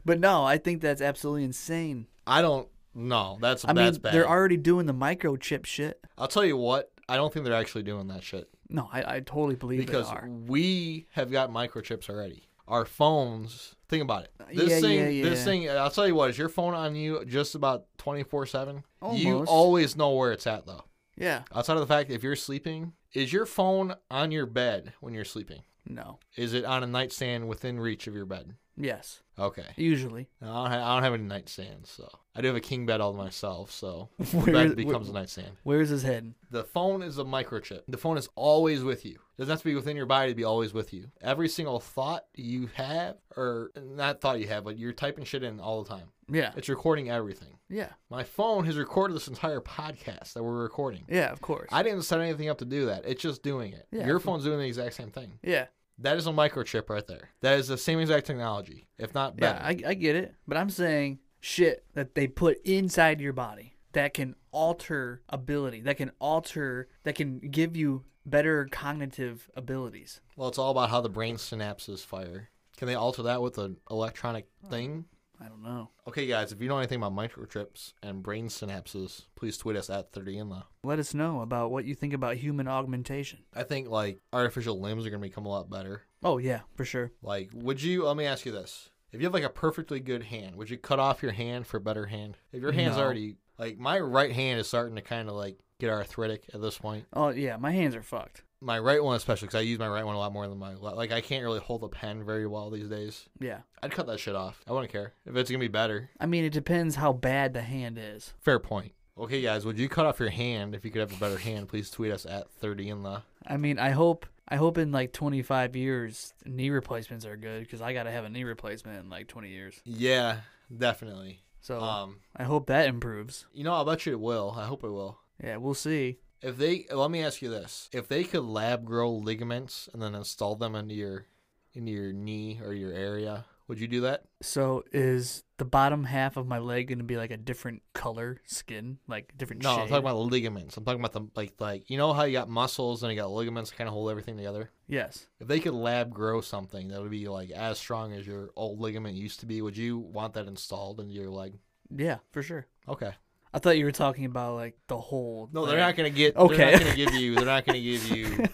Speaker 2: but no, I think that's absolutely insane.
Speaker 1: i don't no that's
Speaker 2: I
Speaker 1: that's
Speaker 2: mean,
Speaker 1: bad
Speaker 2: they're already doing the microchip shit.
Speaker 1: i'll tell you what i don't think they're actually doing that shit
Speaker 2: No, I, I totally believe
Speaker 1: because
Speaker 2: they are.
Speaker 1: we have got microchips already. Our phones. Think about it. This
Speaker 2: yeah,
Speaker 1: thing,
Speaker 2: yeah, yeah.
Speaker 1: this thing. I'll tell you what. Is your phone on you just about twenty four seven? You
Speaker 2: Almost.
Speaker 1: always know where it's at, though.
Speaker 2: Yeah.
Speaker 1: Outside of the fact, if you're sleeping, is your phone on your bed when you're sleeping?
Speaker 2: No.
Speaker 1: Is it on a nightstand within reach of your bed?
Speaker 2: Yes.
Speaker 1: Okay.
Speaker 2: Usually.
Speaker 1: Now, I don't, ha- I don't have any nightstands, so I do have a king bed all to myself. So
Speaker 2: (laughs)
Speaker 1: the
Speaker 2: Where-
Speaker 1: bed
Speaker 2: where-
Speaker 1: becomes a nightstand.
Speaker 2: Where's his head?
Speaker 1: The phone is a microchip. The phone is always with you. It doesn't have to be within your body to be always with you. Every single thought you have, or not thought you have, but you're typing shit in all the time.
Speaker 2: Yeah.
Speaker 1: It's recording everything.
Speaker 2: Yeah.
Speaker 1: My phone has recorded this entire podcast that we're recording.
Speaker 2: Yeah, of course.
Speaker 1: I didn't set anything up to do that. It's just doing it.
Speaker 2: Yeah,
Speaker 1: your
Speaker 2: absolutely.
Speaker 1: phone's doing the exact same thing.
Speaker 2: yeah.
Speaker 1: That is a microchip right there. That is the same exact technology, if not
Speaker 2: Yeah,
Speaker 1: better.
Speaker 2: I, I get it. But I'm saying shit that they put inside your body that can alter ability, that can alter, that can give you better cognitive abilities.
Speaker 1: well, it's all about how the brain synapses fire. Can they alter that with an electronic thing?
Speaker 2: I don't know.
Speaker 1: Okay, guys, if you know anything about microchips and brain synapses, please tweet us at 30inla.
Speaker 2: Let us know about what you think about human augmentation.
Speaker 1: I think, like, artificial limbs are going to become a lot better.
Speaker 2: Oh, yeah, for sure.
Speaker 1: Like, would you, let me ask you this. If you have, like, a perfectly good hand, would you cut off your hand for a better hand? If your hand's
Speaker 2: No.
Speaker 1: already, like, my right hand is starting to kind of, like, get arthritic at this point.
Speaker 2: Oh, yeah, my hands are fucked.
Speaker 1: My right one, especially, because I use my right one a lot more than my left. Like, I can't really hold a pen very well these days.
Speaker 2: Yeah.
Speaker 1: I'd cut that shit off. I wouldn't care. If it's going to be better,
Speaker 2: I mean, it depends how bad the hand is.
Speaker 1: fair point. Okay, guys, would you cut off your hand if you could have a better hand? Please tweet us at 30inla.
Speaker 2: I mean, I hope I hope in like 25 years knee replacements are good because I gotta have a knee replacement in like 20 years.
Speaker 1: Yeah, definitely.
Speaker 2: So
Speaker 1: Um,
Speaker 2: I hope that improves.
Speaker 1: you know, I'll bet you it will. I hope it will.
Speaker 2: Yeah, we'll see.
Speaker 1: If they let me ask you this: if they could lab grow ligaments and then install them into your into your knee or your area, would you do that?
Speaker 2: So is the bottom half of my leg gonna be like a different color skin, like different
Speaker 1: No,
Speaker 2: shade?
Speaker 1: I'm talking about ligaments. I'm talking about the like like you know how you got muscles and you got ligaments that kind of hold everything together.
Speaker 2: yes.
Speaker 1: If they could lab grow something that would be like as strong as your old ligament used to be, would you want that installed into your leg?
Speaker 2: Yeah, for sure.
Speaker 1: Okay.
Speaker 2: I thought you were talking about like the whole.
Speaker 1: No, they're
Speaker 2: like-
Speaker 1: not gonna get. They're
Speaker 2: Okay.
Speaker 1: not gonna give you. They're not
Speaker 2: (laughs)
Speaker 1: gonna give you.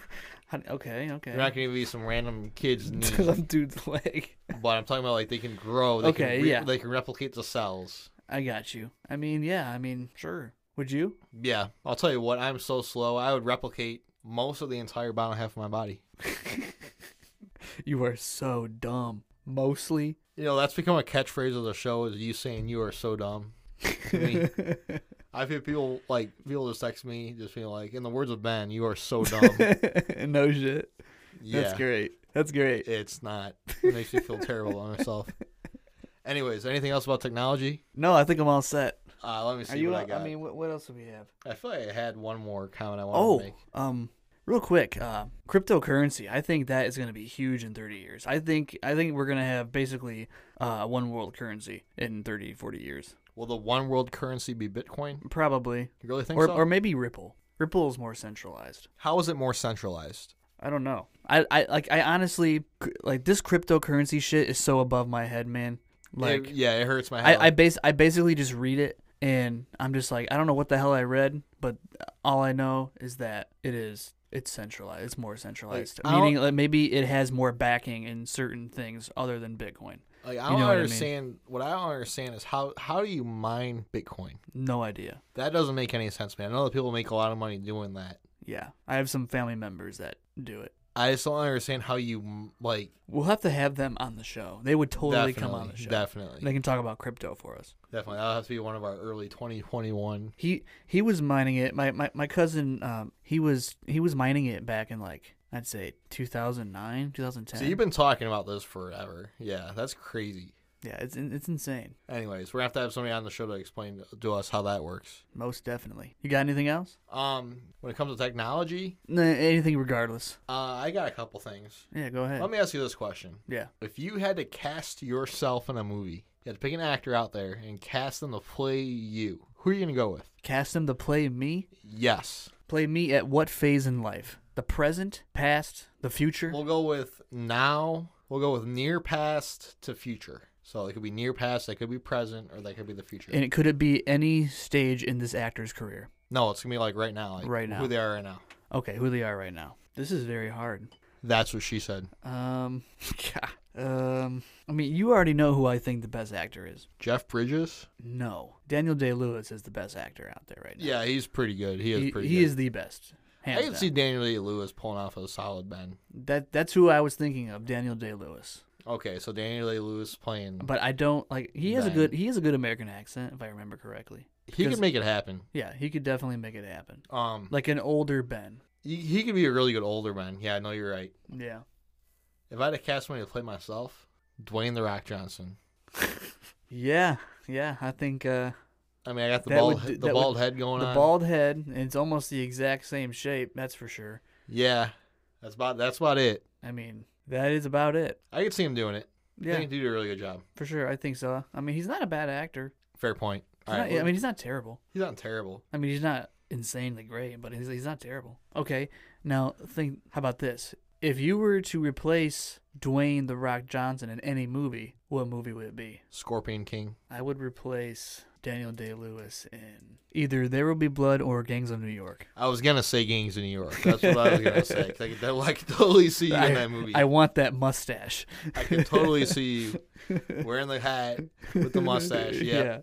Speaker 2: How d- Okay, okay.
Speaker 1: They're not
Speaker 2: (laughs)
Speaker 1: gonna give you some random kid's knee.
Speaker 2: Some dude's leg.
Speaker 1: but I'm talking about like they can grow. They
Speaker 2: Okay,
Speaker 1: Can re-
Speaker 2: yeah.
Speaker 1: They can replicate the cells.
Speaker 2: I got you. I mean, yeah. I mean, sure. Would you?
Speaker 1: Yeah, I'll tell you what. I'm so slow. I would replicate most of the entire bottom half of my body.
Speaker 2: You are so dumb. Mostly. (laughs)
Speaker 1: You know, that's become a catchphrase of the show is you saying you are so dumb. To me.
Speaker 2: (laughs)
Speaker 1: I've had people like people just text me just being like, in the words of Ben, you are so
Speaker 2: (laughs)
Speaker 1: dumb.
Speaker 2: no shit.
Speaker 1: yeah,
Speaker 2: That's great. That's great.
Speaker 1: it's not. It makes me feel terrible on
Speaker 2: (laughs)
Speaker 1: myself. Anyways, anything else about technology?
Speaker 2: No, I think I'm all set.
Speaker 1: Uh, let me see
Speaker 2: Are you?
Speaker 1: what I
Speaker 2: I,
Speaker 1: got. I,
Speaker 2: mean, what, what else do we have?
Speaker 1: feel like I had one more comment I wanted
Speaker 2: Oh,
Speaker 1: to make.
Speaker 2: um, real quick, uh, cryptocurrency. I think that is going to be huge in 30 years. I think I think we're going to have basically uh, one world currency in 30, 40 years,
Speaker 1: Will the one world currency be Bitcoin?
Speaker 2: probably,
Speaker 1: You really think
Speaker 2: or
Speaker 1: so?
Speaker 2: or maybe Ripple. Ripple is more centralized.
Speaker 1: How is it more centralized?
Speaker 2: I don't know. I, I like I honestly cr- like this cryptocurrency shit is so above my head, man. Like
Speaker 1: It- yeah, it hurts my head.
Speaker 2: I, I base I basically just read it and I'm just like I don't know what the hell I read, but all I know is that it is it's centralized. It's more centralized,
Speaker 1: I don't-
Speaker 2: meaning like maybe it has more backing in certain things other than Bitcoin.
Speaker 1: like, I
Speaker 2: you
Speaker 1: don't
Speaker 2: know what I mean.
Speaker 1: understand. What I, don't understand is how how do you mine Bitcoin?
Speaker 2: No idea.
Speaker 1: That doesn't make any sense, to me. I know that people make a lot of money doing that.
Speaker 2: Yeah, I have some family members that do it.
Speaker 1: I just don't understand how you m- like
Speaker 2: We'll have to have them on the show. They would totally
Speaker 1: definitely,
Speaker 2: come on the show.
Speaker 1: definitely,
Speaker 2: They can talk about crypto for us.
Speaker 1: definitely. That'll have to be one of our early 2021.
Speaker 2: He he was mining it. My my, my cousin um he was he was mining it back in like I'd say 2009, 2010.
Speaker 1: So you've been talking about this forever. Yeah, that's crazy.
Speaker 2: yeah, it's in- it's insane.
Speaker 1: Anyways, we're gonna have to have somebody on the show to explain to us how that works.
Speaker 2: Most definitely. You got anything else?
Speaker 1: Um, when it comes to technology,
Speaker 2: Nah, anything regardless.
Speaker 1: uh, I got a couple things.
Speaker 2: Yeah, go ahead.
Speaker 1: Let me ask you this question:
Speaker 2: yeah.
Speaker 1: If you had to cast yourself in a movie, you had to pick an actor out there and cast them to play you. Who are you gonna go with?
Speaker 2: Cast them to play me.
Speaker 1: Yes,
Speaker 2: Play me at what phase in life? The present, past, the future?
Speaker 1: we'll go with now. We'll go with near past to future. So it could be near past, that could be present, or that could be the future.
Speaker 2: and it could it be any stage in this actor's career?
Speaker 1: no, it's gonna be like right now, like
Speaker 2: Right now.
Speaker 1: who they are right now.
Speaker 2: Okay, who they are right now. This is very hard.
Speaker 1: That's what she said. (laughs)
Speaker 2: Um, God. um, I mean, you already know who I think the best actor is.
Speaker 1: Jeff Bridges.
Speaker 2: No, Daniel Day Lewis is the best actor out there right now.
Speaker 1: Yeah, he's pretty good. He is
Speaker 2: he,
Speaker 1: pretty.
Speaker 2: he
Speaker 1: good.
Speaker 2: is the best.
Speaker 1: I
Speaker 2: Hands
Speaker 1: can
Speaker 2: down.
Speaker 1: see Daniel Day Lewis pulling off a solid Ben.
Speaker 2: that that's who I was thinking of, Daniel Day Lewis.
Speaker 1: Okay, so Daniel Day Lewis playing.
Speaker 2: But I don't like he has a
Speaker 1: Right.
Speaker 2: good he has a good American accent if I remember correctly.
Speaker 1: he could
Speaker 2: because-
Speaker 1: make it happen.
Speaker 2: Yeah, he could definitely make it happen.
Speaker 1: Um,
Speaker 2: Like an older Ben.
Speaker 1: he, he could be a really good older man. Yeah, I know you're right.
Speaker 2: Yeah.
Speaker 1: If I had to cast somebody to play myself, Dwayne the Rock Johnson.
Speaker 2: Yeah. Yeah, I think uh
Speaker 1: I mean, I got the
Speaker 2: That
Speaker 1: bald
Speaker 2: would do-
Speaker 1: the
Speaker 2: that
Speaker 1: bald
Speaker 2: would-
Speaker 1: head going
Speaker 2: the
Speaker 1: on.
Speaker 2: bald head, and it's almost the exact same shape, that's for sure.
Speaker 1: Yeah, that's about that's about it.
Speaker 2: I mean, that is about it.
Speaker 1: I could see him doing it. I
Speaker 2: Yeah,
Speaker 1: think he did a really good job.
Speaker 2: for sure. I think so. I mean, he's not a bad actor.
Speaker 1: Fair point.
Speaker 2: He's
Speaker 1: All right,
Speaker 2: not- I mean, he's not terrible.
Speaker 1: he's not terrible.
Speaker 2: I mean, he's not insanely great, but he's, he's not terrible. Okay, now think how about this? If you were to replace Dwayne the Rock Johnson in any movie, what movie would it be?
Speaker 1: Scorpion King.
Speaker 2: I would replace Daniel Day Lewis in either There Will Be Blood or Gangs of New York.
Speaker 1: I was gonna say Gangs of New York. That's what I was gonna say. 'cause I could, I could totally see you
Speaker 2: I,
Speaker 1: in that movie.
Speaker 2: I
Speaker 1: I,
Speaker 2: want that
Speaker 1: (laughs)
Speaker 2: mustache.
Speaker 1: could totally see you wearing the hat with the mustache.
Speaker 2: (laughs)
Speaker 1: Yeah,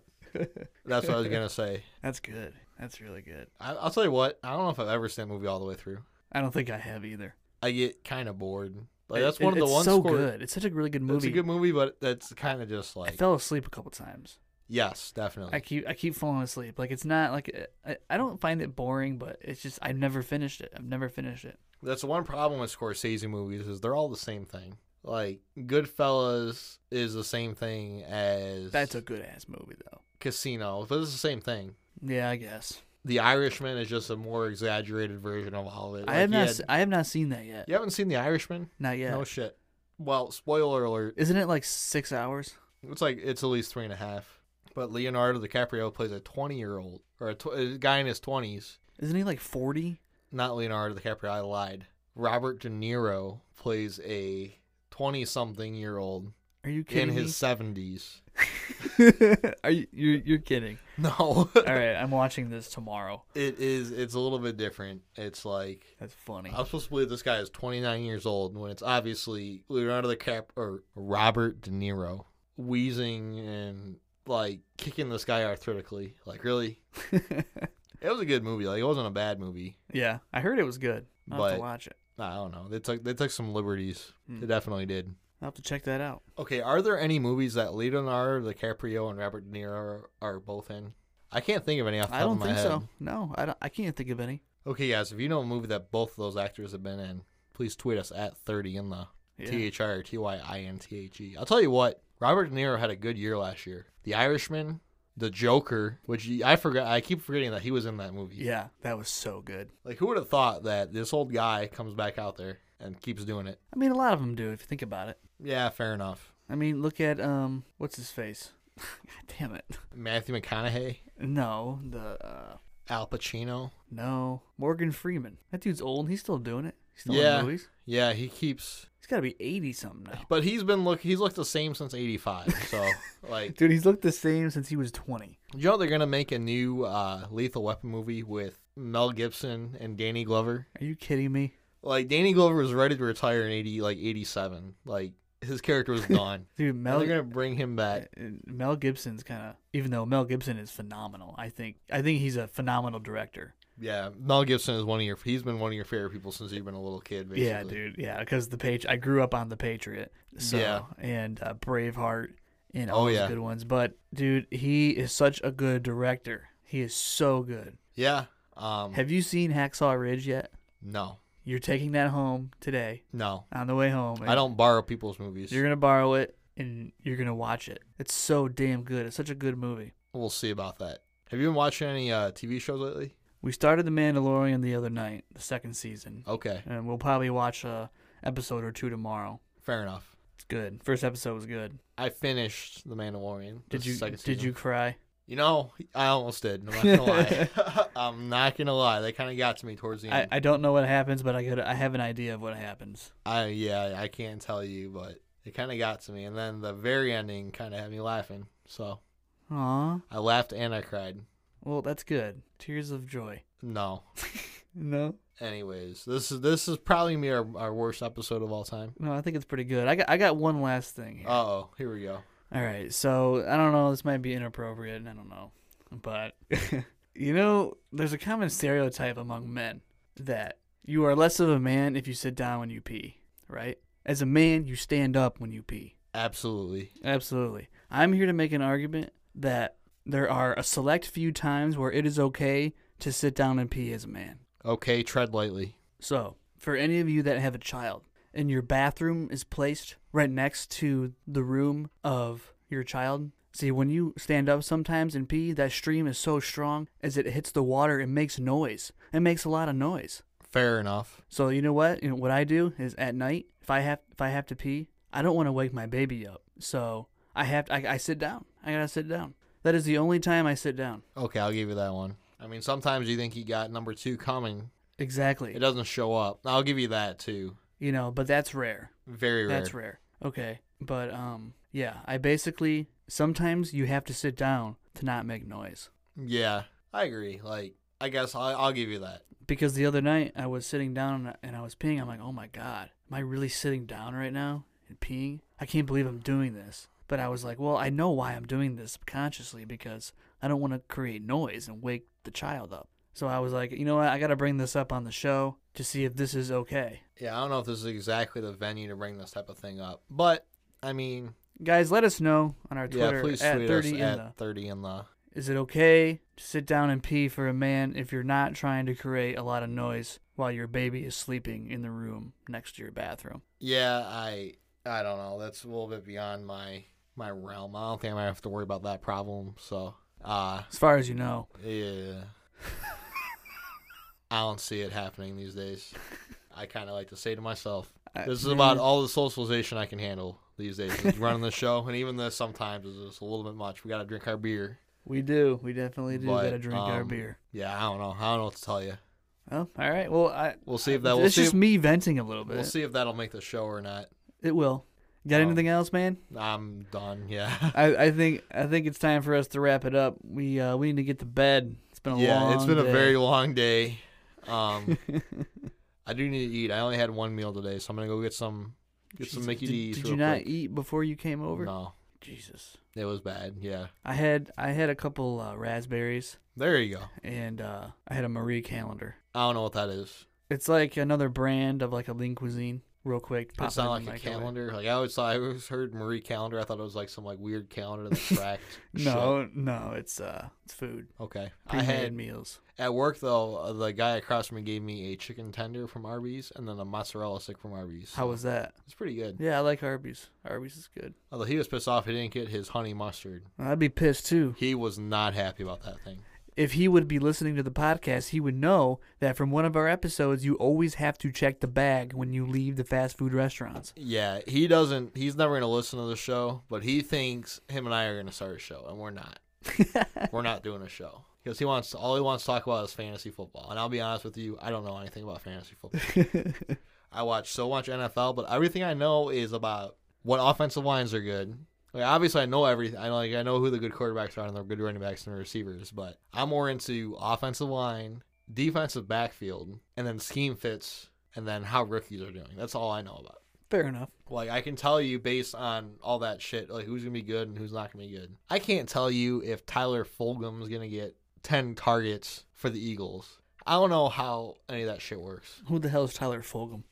Speaker 1: that's what I was gonna say.
Speaker 2: that's good. That's really good.
Speaker 1: I, I'll tell you what. I don't know if I've ever seen that movie all the way through.
Speaker 2: I don't think I have either.
Speaker 1: I get kind of bored. Like
Speaker 2: It-
Speaker 1: that's one of
Speaker 2: it-
Speaker 1: the
Speaker 2: it's
Speaker 1: ones.
Speaker 2: so
Speaker 1: score-
Speaker 2: good. It's such a really good
Speaker 1: It's
Speaker 2: movie.
Speaker 1: a good movie, but that's kind of just
Speaker 2: I
Speaker 1: like
Speaker 2: fell asleep a couple times.
Speaker 1: Yes, definitely.
Speaker 2: I keep I keep falling asleep. Like it's not like I, I don't find it boring, but it's just I've never finished it. I've never finished it.
Speaker 1: That's the one problem with Scorsese movies is they're all the same thing. Like Goodfellas is the same thing as
Speaker 2: That's a good ass movie though.
Speaker 1: Casino, but it's the same thing.
Speaker 2: Yeah, I guess.
Speaker 1: The Irishman is just a more exaggerated version of all of it.
Speaker 2: I have
Speaker 1: Like,
Speaker 2: not
Speaker 1: yeah,
Speaker 2: se- I have not seen that yet.
Speaker 1: you haven't seen The Irishman?
Speaker 2: Not yet.
Speaker 1: No shit. Well, spoiler alert.
Speaker 2: Isn't it like six hours?
Speaker 1: It's like it's at least three and a half. But Leonardo DiCaprio plays a twenty-year-old or a, tw- a guy in his twenties.
Speaker 2: Isn't he like forty?
Speaker 1: Not Leonardo DiCaprio. I lied. Robert De Niro plays a twenty-something-year-old
Speaker 2: Are you
Speaker 1: in
Speaker 2: kidding
Speaker 1: his seventies. (laughs)
Speaker 2: me? (laughs) Are you you're, you're kidding?
Speaker 1: No,
Speaker 2: All right, I'm watching this tomorrow.
Speaker 1: it is. It's a little bit different. It's like
Speaker 2: That's funny.
Speaker 1: I'm supposed to believe this guy is 29 years old when it's obviously Leonardo DiCaprio or Robert De Niro wheezing and like kicking this guy arthritically. Like really, it was a good movie. Like it wasn't a bad movie.
Speaker 2: (laughs) yeah, I heard it was good. I'll have
Speaker 1: But-
Speaker 2: to watch it.
Speaker 1: I don't know. They took they took some liberties.
Speaker 2: Hmm.
Speaker 1: They definitely did.
Speaker 2: I'll have to check that out.
Speaker 1: Okay, are there any movies that Leonardo DiCaprio and Robert De Niro are both in? I can't think of any off the
Speaker 2: I
Speaker 1: top
Speaker 2: don't
Speaker 1: of my
Speaker 2: think
Speaker 1: head.
Speaker 2: so. No, I don't, I can't think of any.
Speaker 1: Okay, guys, if you know a movie that both of those actors have been in, please tweet us at 30 in the
Speaker 2: Yeah.
Speaker 1: T E. H I R T Y I N T H E. I'll tell you what, Robert De Niro had a good year last year. The Irishman, The Joker, which he- I forgot, I keep forgetting that he was in that movie.
Speaker 2: yeah, that was so good.
Speaker 1: Like, who would have thought that this old guy comes back out there and keeps doing it?
Speaker 2: I mean, a lot of them do if you think about it.
Speaker 1: Yeah, fair enough.
Speaker 2: I mean, look at um, what's his face? (laughs) God damn it!
Speaker 1: Matthew McConaughey,
Speaker 2: No, the uh,
Speaker 1: Al Pacino.
Speaker 2: no Morgan Freeman. That dude's old. He's still doing it. He's still
Speaker 1: Yeah.
Speaker 2: in movies.
Speaker 1: Yeah, he keeps,
Speaker 2: He's got to be eighty something now.
Speaker 1: but he's been look, he's looked the same since '85. So, like,
Speaker 2: (laughs) Dude, he's looked the same since he was twenty.
Speaker 1: you know they're gonna make a new uh, Lethal Weapon movie with Mel Gibson and Danny Glover.
Speaker 2: Are you kidding me?
Speaker 1: Like Danny Glover was ready to retire in eighty, like eighty seven. Like his character
Speaker 2: (laughs)
Speaker 1: was gone.
Speaker 2: Dude,
Speaker 1: now
Speaker 2: Mel uh,
Speaker 1: they're gonna bring him back.
Speaker 2: Mel Gibson's kind of even though Mel Gibson is phenomenal. I think I think he's a phenomenal director.
Speaker 1: Yeah, Mel Gibson is one of your. He's been one of your favorite people since you've been a little kid. Basically.
Speaker 2: Yeah, dude. Yeah, because the page I grew up on the Patriot. So,
Speaker 1: Yeah.
Speaker 2: and uh, Braveheart and
Speaker 1: Oh,
Speaker 2: all those
Speaker 1: yeah.
Speaker 2: good ones. But dude, he is such a good director. He is so good.
Speaker 1: Yeah. Um.
Speaker 2: Have you seen Hacksaw Ridge yet?
Speaker 1: No.
Speaker 2: You're taking that home today
Speaker 1: No.
Speaker 2: on the way home. and
Speaker 1: I don't borrow people's movies.
Speaker 2: You're gonna borrow it and you're gonna watch it. It's so damn good. It's such a good movie.
Speaker 1: We'll see about that. Have you been watching any uh, TV shows lately?
Speaker 2: We started The Mandalorian the other night, the second season.
Speaker 1: Okay.
Speaker 2: and we'll probably watch a episode or two tomorrow.
Speaker 1: Fair enough.
Speaker 2: It's good. First episode was good.
Speaker 1: I finished The Mandalorian. the
Speaker 2: Did you
Speaker 1: second
Speaker 2: did
Speaker 1: season.
Speaker 2: you cry?
Speaker 1: You know, I almost did. I'm not gonna lie.
Speaker 2: (laughs)
Speaker 1: I'm not gonna lie. They kind of got to me towards the
Speaker 2: I,
Speaker 1: end.
Speaker 2: I don't know what happens, but I could I have an idea of what happens.
Speaker 1: I, yeah, I can't tell you, but it kind of got to me. And then the very ending kind of had me laughing. So
Speaker 2: Aw,
Speaker 1: I laughed and I cried.
Speaker 2: well that's good. Tears of joy.
Speaker 1: No.
Speaker 2: No,
Speaker 1: Anyways, this is this is probably me our, our worst episode of all time.
Speaker 2: no, I think it's pretty good. I got I got one last thing. Here.
Speaker 1: Uh oh, here we go.
Speaker 2: All right, so I don't know. This might be inappropriate. I don't know, but (laughs) you know, there's a common stereotype among men that you are less of a man if you sit down when you pee, right? As a man, you stand up when you pee.
Speaker 1: Absolutely.
Speaker 2: Absolutely. I'm here to make an argument that there are a select few times where it is okay to sit down and pee as a man.
Speaker 1: Okay, tread lightly.
Speaker 2: So, for any of you that have a child and your bathroom is placed right next to the room of your child, see, when you stand up sometimes and pee, that stream is so strong as it hits the water, it makes noise. It makes a lot of noise.
Speaker 1: Fair enough.
Speaker 2: So you know what? You know, what I do is at night, if I have if I have to pee, I don't want to wake my baby up. So I have I, I sit down. I gotta sit down. That is the only time I sit down.
Speaker 1: Okay, I'll give you that one. I mean, sometimes you think you got number two coming, it
Speaker 2: Exactly.
Speaker 1: doesn't show up. I'll give you that too.
Speaker 2: You know, but that's rare.
Speaker 1: Very rare.
Speaker 2: That's rare. Okay, but um, yeah. I basically sometimes you have to sit down to not make noise.
Speaker 1: Yeah, I agree. Like, I guess I, I'll give you that.
Speaker 2: Because the other night I was sitting down and I- and I was peeing. I'm like, oh my god, am I really sitting down right now and peeing? I can't believe I'm doing this. But I was like, well, I know why I'm doing this subconsciously because I don't want to create noise and wake the child up. So I was like, you know what? I got to bring this up on the show to see if this is okay.
Speaker 1: Yeah, I don't know if this is exactly the venue to bring this type of thing up, but I mean,
Speaker 2: Guys, let us know on our Twitter
Speaker 1: yeah, please
Speaker 2: at
Speaker 1: tweet
Speaker 2: 30
Speaker 1: us
Speaker 2: in
Speaker 1: at
Speaker 2: the.
Speaker 1: 30 in the.
Speaker 2: Is it okay to sit down and pee for a man if you're not trying to create a lot of noise while your baby is sleeping in the room next to your bathroom?
Speaker 1: Yeah, I I don't know. That's a little bit beyond my my realm. I don't think I'm gonna have to worry about that problem. So, uh,
Speaker 2: As far as you know.
Speaker 1: yeah, I don't see it happening these days. I kind of like to say to myself,
Speaker 2: I-
Speaker 1: this is
Speaker 2: man,
Speaker 1: about all the socialization I can handle these days. Is running the show, and even this sometimes is just a little bit much. We gotta drink our beer.
Speaker 2: We do. We definitely do
Speaker 1: But,
Speaker 2: gotta drink our
Speaker 1: um,
Speaker 2: beer.
Speaker 1: Yeah, I don't know. I don't know what to tell you.
Speaker 2: Oh, all right. Well, I.
Speaker 1: We'll see if that. We'll
Speaker 2: it's
Speaker 1: see.
Speaker 2: just
Speaker 1: if,
Speaker 2: me venting a little bit.
Speaker 1: we'll see if that'll make the show or not.
Speaker 2: It will. Got
Speaker 1: Um,
Speaker 2: anything else, man?
Speaker 1: I'm done. Yeah.
Speaker 2: I, I think I think it's time for us to wrap it up. We uh, we need to get to bed. It's been
Speaker 1: (laughs)
Speaker 2: a
Speaker 1: yeah,
Speaker 2: long.
Speaker 1: it's been
Speaker 2: day.
Speaker 1: a very long day.
Speaker 2: (laughs)
Speaker 1: Um, I do need to eat. I only had one meal today, so I'm gonna go get some get some
Speaker 2: Jesus.
Speaker 1: Mickey
Speaker 2: Did,
Speaker 1: D's.
Speaker 2: Did
Speaker 1: real
Speaker 2: you not
Speaker 1: quick.
Speaker 2: eat before you came over?
Speaker 1: No,
Speaker 2: Jesus.
Speaker 1: it was bad. Yeah,
Speaker 2: I had I had a couple uh, raspberries
Speaker 1: there you go.
Speaker 2: and uh, I had a Marie calendar.
Speaker 1: I don't know what that is.
Speaker 2: It's like another brand of like a lean cuisine. Real quick, pop
Speaker 1: It sounded
Speaker 2: in
Speaker 1: like
Speaker 2: the
Speaker 1: a
Speaker 2: microwave.
Speaker 1: calendar. Like I always thought, I always heard Marie Calendar. I thought it was like some like weird calendar that's tracked. shit.
Speaker 2: (laughs) No, no, it's uh, it's food.
Speaker 1: Okay. I
Speaker 2: Pre-made
Speaker 1: had
Speaker 2: meals.
Speaker 1: at work though. uh, The guy across from me gave me a chicken tender from Arby's and then a mozzarella stick from Arby's.
Speaker 2: How was that?
Speaker 1: It's pretty good.
Speaker 2: Yeah, I like Arby's. Arby's is good.
Speaker 1: Although he was pissed off, he didn't get his honey mustard.
Speaker 2: I'd be pissed too.
Speaker 1: He was not happy about that thing.
Speaker 2: if he would be listening to the podcast, he would know that from one of our episodes, you always have to check the bag when you leave the fast food restaurants.
Speaker 1: Yeah, he doesn't. He's never gonna listen to the show, but he thinks him and I are gonna start a show, and we're not. we're not doing a show because he wants all he wants to talk about is fantasy football. And I'll be honest with you, I don't know anything about fantasy football. I watch so much NFL, but everything I know is about what offensive lines are good. Like obviously, I know everything. I know, like I know who the good quarterbacks are and the good running backs and the receivers, but I'm more into offensive line, defensive backfield, and then scheme fits, and then how rookies are doing. That's all I know about.
Speaker 2: Fair enough.
Speaker 1: Like I can tell you based on all that shit, like who's gonna be good and who's not gonna be good. I can't tell you if Tyler Fulgham's gonna get ten targets for the Eagles. I don't know how any of that shit works.
Speaker 2: Who the hell is
Speaker 1: (laughs)
Speaker 2: Tyler Fulgham?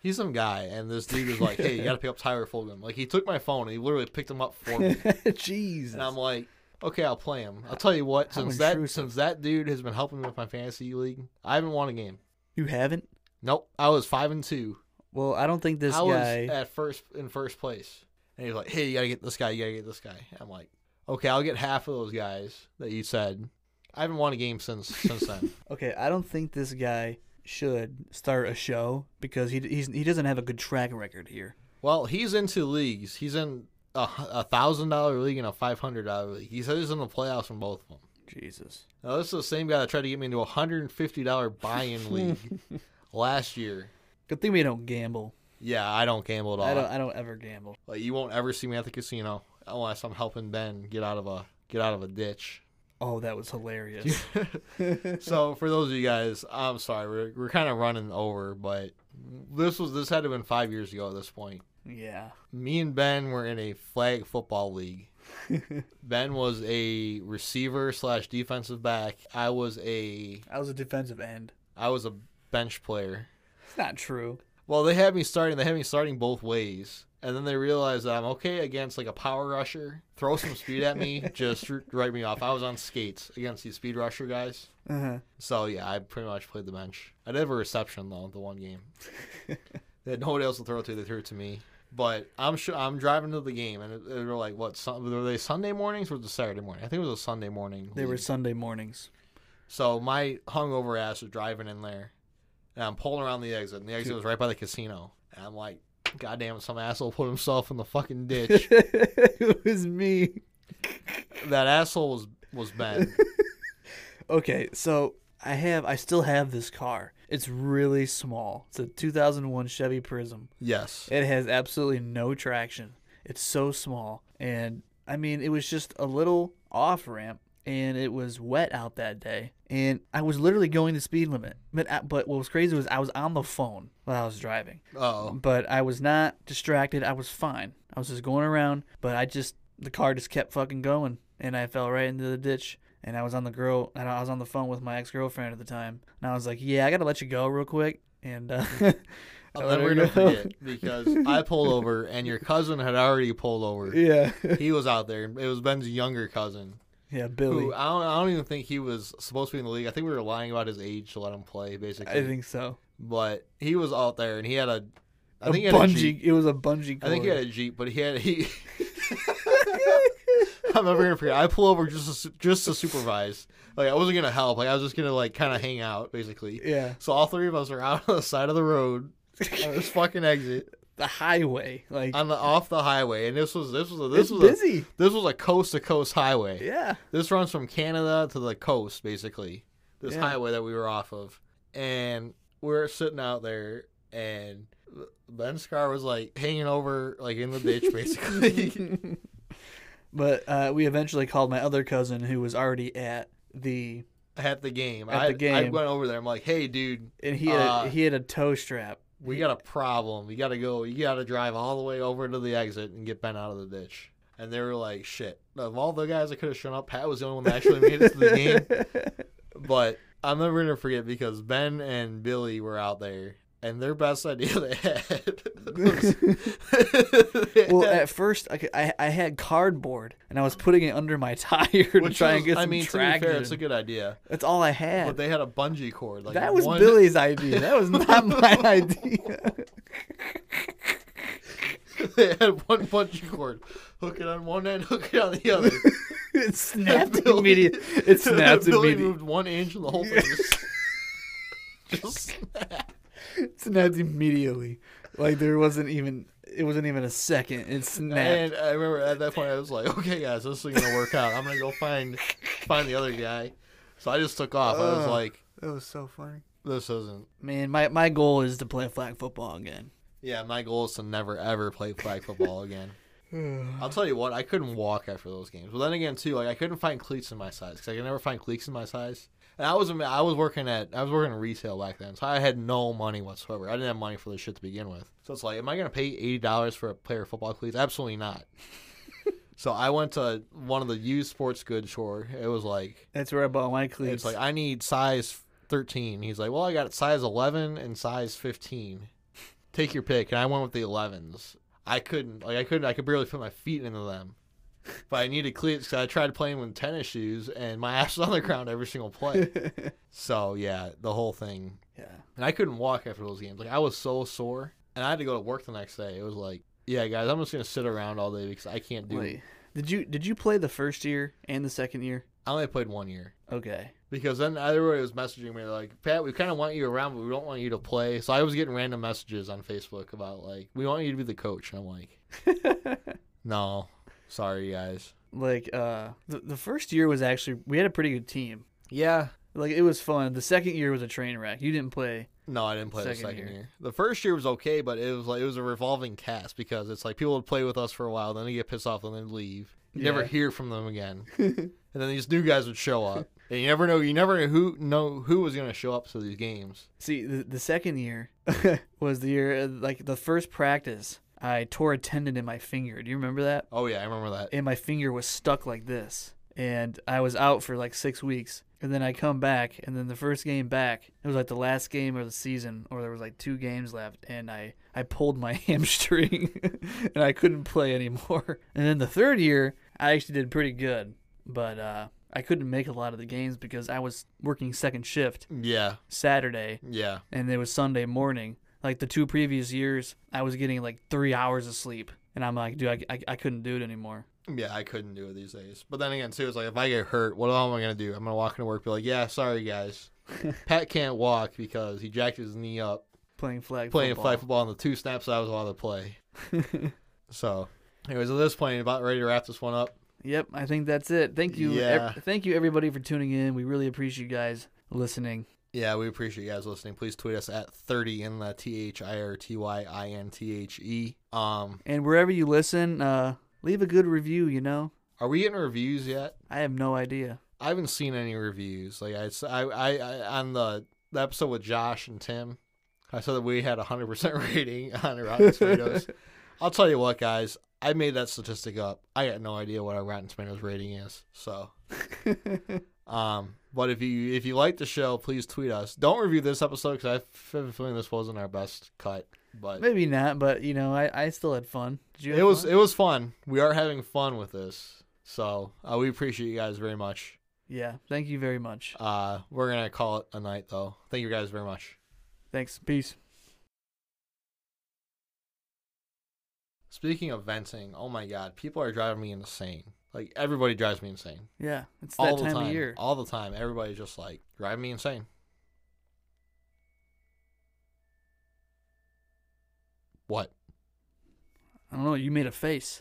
Speaker 1: He's some guy, and this dude was like, "Hey, you gotta pick up Tyler Fulgham." Like he took my phone and he literally picked him up for
Speaker 2: (laughs)
Speaker 1: me,
Speaker 2: Jesus.
Speaker 1: and I'm like. Okay, I'll play him. I'll tell you what.
Speaker 2: How
Speaker 1: Since that
Speaker 2: intrusive.
Speaker 1: since that dude has been helping me with my fantasy league, I haven't won a game.
Speaker 2: you haven't?
Speaker 1: Nope, I was five and two.
Speaker 2: Well, I don't think this
Speaker 1: I
Speaker 2: guy.
Speaker 1: was at first in first place, and he's like, "Hey, you gotta get this guy. You gotta get this guy." I'm like, "Okay, I'll get half of those guys that you said." I haven't won a game since since
Speaker 2: (laughs)
Speaker 1: then.
Speaker 2: okay, I don't think this guy should start a show because he he's, he doesn't have a good track record here.
Speaker 1: well, he's into leagues. He's in a hu- a thousand dollar league and a five hundred dollar league. He said he's in the playoffs in both of them.
Speaker 2: Jesus.
Speaker 1: Now this is the same guy that tried to get me into a hundred and fifty dollar buy
Speaker 2: (laughs)
Speaker 1: in league last year.
Speaker 2: Good thing we don't gamble.
Speaker 1: Yeah, I don't gamble at all.
Speaker 2: I don't. I don't ever gamble.
Speaker 1: Like you won't ever see me at the casino unless I'm helping Ben get out of a get out of a ditch.
Speaker 2: Oh, that was hilarious.
Speaker 1: so for those of you guys, I'm sorry, we're, we're kind of running over, but this was this had to have been five years ago at this point.
Speaker 2: (laughs) yeah.
Speaker 1: Me and Ben were in a flag football league. ben was a receiver slash defensive back. I was a
Speaker 2: I was a defensive end.
Speaker 1: I was a bench player.
Speaker 2: It's not true.
Speaker 1: Well, they had me starting. They had me starting both ways, and then they realized that I'm okay against like a power rusher. Throw some speed at me, just r- write me off. I was on skates against these speed rusher guys.
Speaker 2: Uh huh.
Speaker 1: So yeah, I pretty much played the bench. I did have a reception though the one
Speaker 2: (laughs)
Speaker 1: game. they had nobody else to throw it to. They threw it to me. But I'm sure I'm driving to the game, and it, they were like, "What? Sun, were they Sunday mornings or was it Saturday morning? I think it was a Sunday morning.
Speaker 2: They were
Speaker 1: league.
Speaker 2: Sunday mornings.
Speaker 1: so my hungover ass was driving in there, and I'm pulling around the exit, and the exit was right by the casino, and I'm like, "God damn, it, some asshole put himself in the
Speaker 2: (laughs)
Speaker 1: fucking ditch."
Speaker 2: (laughs) it was me.
Speaker 1: that asshole was was
Speaker 2: (laughs)
Speaker 1: Ben.
Speaker 2: Okay, so I have I still have this car. It's really small. It's a 2001 Chevy Prism.
Speaker 1: Yes,
Speaker 2: It has absolutely no traction. It's so small and I mean, it was just a little off ramp and it was wet out that day and I was literally going the speed limit. But I, but what was crazy was I was on the phone while I was driving.
Speaker 1: oh,
Speaker 2: but I was not distracted. I was fine. I was just going around, but I just the car just kept fucking going, and I fell right into the ditch. And I was on the girl, and I was on the phone with my ex girlfriend at the time, and I was like, "Yeah, I gotta let you go real quick." And uh,
Speaker 1: (laughs)
Speaker 2: (laughs)
Speaker 1: I'll never gonna forget because I pulled over and your cousin had already pulled over.
Speaker 2: Yeah.
Speaker 1: (laughs) He was out there. It was Ben's younger cousin.
Speaker 2: yeah, Billy.
Speaker 1: Who I don't, I don't even think he was supposed to be in the league. I think we were lying about his age to let him play, basically.
Speaker 2: I think so.
Speaker 1: but he was out there and he had a. I
Speaker 2: A
Speaker 1: think he had a
Speaker 2: bungee.
Speaker 1: jeep.
Speaker 2: it was a bungee cord.
Speaker 1: I think he had a jeep, but he had he. (laughs)
Speaker 2: (laughs)
Speaker 1: I'm never gonna forget. I pull over just to, su- just to supervise. Like I wasn't gonna help. Like I was just gonna like kind of hang out, basically.
Speaker 2: yeah.
Speaker 1: So all three of us are out (laughs) on the side of the road on this fucking exit
Speaker 2: (laughs) The highway. Like
Speaker 1: on the off the highway, and this was this was a,
Speaker 2: it's
Speaker 1: Uh, this was a, (laughs)
Speaker 2: busy.
Speaker 1: this was a coast to coast highway.
Speaker 2: yeah.
Speaker 1: This runs from Canada to the coast, basically. This
Speaker 2: Yeah.
Speaker 1: highway that we were off of, and we're sitting out there, and Ben Scar was like hanging over, like in the ditch,
Speaker 2: (laughs)
Speaker 1: basically. (laughs)
Speaker 2: But uh, we eventually called my other cousin who was already at the
Speaker 1: at the game.
Speaker 2: At
Speaker 1: I,
Speaker 2: the game.
Speaker 1: I went over there. I'm like, hey, dude,
Speaker 2: and he had
Speaker 1: Uh,
Speaker 2: a, he had a toe strap.
Speaker 1: we got a problem. You got to go. You got to drive all the way over to the exit and get Ben out of the ditch. And they were like, shit. Of all the guys that could have shown up, Pat was the only one that actually made it to
Speaker 2: (laughs)
Speaker 1: the game. But I'm never going to forget because Ben and Billy were out there. And their best idea they had. was-
Speaker 2: (laughs)
Speaker 1: (laughs)
Speaker 2: well, at first I, c- I- I had cardboard and I was putting it under my (laughs) tire to
Speaker 1: Which
Speaker 2: try and
Speaker 1: was-
Speaker 2: get some
Speaker 1: I mean,
Speaker 2: traction.
Speaker 1: to be fair, it's a good idea.
Speaker 2: That's all I had.
Speaker 1: But they had a bungee cord. Like
Speaker 2: that was
Speaker 1: one-
Speaker 2: Billy's idea. That was not my idea.
Speaker 1: (laughs)
Speaker 2: (laughs)
Speaker 1: they had one bungee cord. Hook it on one end, hook it on the
Speaker 2: (laughs)
Speaker 1: other.
Speaker 2: it snapped
Speaker 1: Billy-
Speaker 2: immediately.
Speaker 1: (laughs)
Speaker 2: It snapped
Speaker 1: Billy
Speaker 2: immediately.
Speaker 1: moved one inch and the whole
Speaker 2: (laughs)
Speaker 1: thing just, just snapped.
Speaker 2: It snapped immediately. Like there wasn't even it wasn't even a second. It snapped.
Speaker 1: And I remember at that point I was like, okay, guys, this isn't gonna work out. I'm gonna go find find the other guy. So I just took off. I was
Speaker 2: Ugh.
Speaker 1: like,
Speaker 2: That was so funny.
Speaker 1: this isn't.
Speaker 2: Man, my, my goal is to play flag football again.
Speaker 1: Yeah, my goal is to never ever play (laughs) flag football (sighs) again. I'll tell you what, I couldn't walk after those games. But then again, too, like I couldn't find cleats in my size because I could never find cleats in my size. And I was a ma- I was working at I was working retail back then, so I had no money whatsoever. I didn't have money for this shit to begin with. So it's like, am I gonna pay eighty dollars for a pair of football cleats? Absolutely (laughs) not. so I went to one of the used sports goods store. It was like
Speaker 2: That's where I bought my cleats. (laughs)
Speaker 1: it's like I need size thirteen. He's like, well, I got size eleven and size fifteen. Take your pick. And I went with the elevens. I couldn't like I couldn't I could barely put my feet into them. But I needed cleats because I tried playing with tennis shoes and my (laughs) ass was on the ground every single play.
Speaker 2: (laughs)
Speaker 1: so yeah, the whole thing.
Speaker 2: yeah.
Speaker 1: And I couldn't walk after those games. Like I was so sore, and I had to go to work the next day. It was like, yeah, guys, I'm just gonna sit around all day because I can't do.
Speaker 2: Wait. Did you did you play the first year and the second year?
Speaker 1: I only played one year. (laughs)
Speaker 2: Okay.
Speaker 1: because then everybody was messaging me like, Pat, we kind of want you around, but we don't want you to play. So I was getting random messages on Facebook about like, we want you to be the coach, and I'm like, no, sorry guys.
Speaker 2: like uh the, the first year was actually we had a pretty good team.
Speaker 1: Yeah.
Speaker 2: Like it was fun. The second year was a train wreck. You didn't
Speaker 1: (laughs)
Speaker 2: play.
Speaker 1: No, I didn't play the
Speaker 2: Second
Speaker 1: second year.
Speaker 2: year.
Speaker 1: The first year was okay, but it was like it was a revolving cast because it's like people would play with us for a while, then they get pissed off, and then leave. You never
Speaker 2: Yeah.
Speaker 1: hear from them again, and then these new guys would show
Speaker 2: (laughs)
Speaker 1: up, and you never know. You never knew who know who was going to show up to these games.
Speaker 2: See, the, the second year was the year uh, like the first practice. I tore a tendon in my finger. Do you remember that?
Speaker 1: Oh yeah, I remember that.
Speaker 2: and my finger was stuck like this. And I was out for like six weeks. And then I come back, and then the first game back, it was like the last game of the season, or there was like two games left, and I, I pulled my (laughs) hamstring, (laughs) and I couldn't play anymore. (laughs) And then the third year, I actually did pretty good, but uh, I couldn't make a lot of the games because I was working second shift
Speaker 1: Yeah,
Speaker 2: Saturday,
Speaker 1: yeah.
Speaker 2: and it was Sunday morning. Like the two previous years, I was getting like three hours of sleep, and I'm like, dude, I, I, I couldn't do it anymore.
Speaker 1: Yeah, I couldn't do it these days. But then again, too, it's like if I get hurt, what am I gonna do? I'm gonna walk into work, be like, yeah, sorry guys, Pat can't walk because he jacked his knee up
Speaker 2: playing flag
Speaker 1: playing
Speaker 2: football.
Speaker 1: flag football on the two snaps I was allowed to play. so, anyways, at this point, about ready to wrap this one up.
Speaker 2: Yep, I think that's it. Thank you, ev-
Speaker 1: Yeah.
Speaker 2: thank you everybody for tuning in. We really appreciate you guys listening.
Speaker 1: Yeah, we appreciate you guys listening. Please tweet us at thirty in the T H I R T Y I N T H E. Um,
Speaker 2: And wherever you listen, uh, leave a good review. You know,
Speaker 1: are we getting reviews yet?
Speaker 2: I have no
Speaker 1: (laughs)
Speaker 2: idea.
Speaker 1: I haven't seen any reviews. Like I, s- I, I- I- on the, the episode with Josh and Tim, I said that we had a hundred percent (laughs) rating on Rotten Tomatoes. I'll tell you what, guys, I made that statistic up. I got no idea what a Rotten Tomatoes rating is. So, um, but if you if you like the show, please tweet us. Don't review this episode because I have a feeling this wasn't our best cut. But
Speaker 2: (laughs) Maybe not, but you know, I, I still had fun. Did you?
Speaker 1: it
Speaker 2: have
Speaker 1: was
Speaker 2: fun?
Speaker 1: it was fun. We are having fun with this, so uh, we appreciate you guys very much.
Speaker 2: yeah. Thank you very much.
Speaker 1: Uh, we're gonna call it a night though. Thank you guys very much.
Speaker 2: Thanks. Peace.
Speaker 1: Speaking of venting, oh my god, people are driving me insane. Like everybody drives me insane
Speaker 2: Yeah, it's that
Speaker 1: all the
Speaker 2: time,
Speaker 1: time.
Speaker 2: of year.
Speaker 1: All the time, everybody's just like driving me insane. What
Speaker 2: I don't know. You made a face.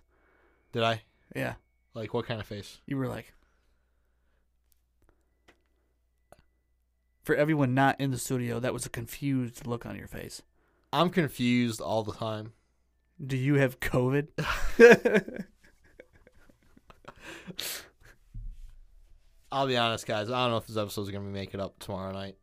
Speaker 1: did I
Speaker 2: Yeah,
Speaker 1: like? What kind of face?
Speaker 2: you were like. For everyone not in the studio, that was a confused look on your face.
Speaker 1: I'm confused all the time.
Speaker 2: Do you have COVID? (laughs)
Speaker 1: I'll be honest, guys. I don't know if this episode's gonna make it up tomorrow night.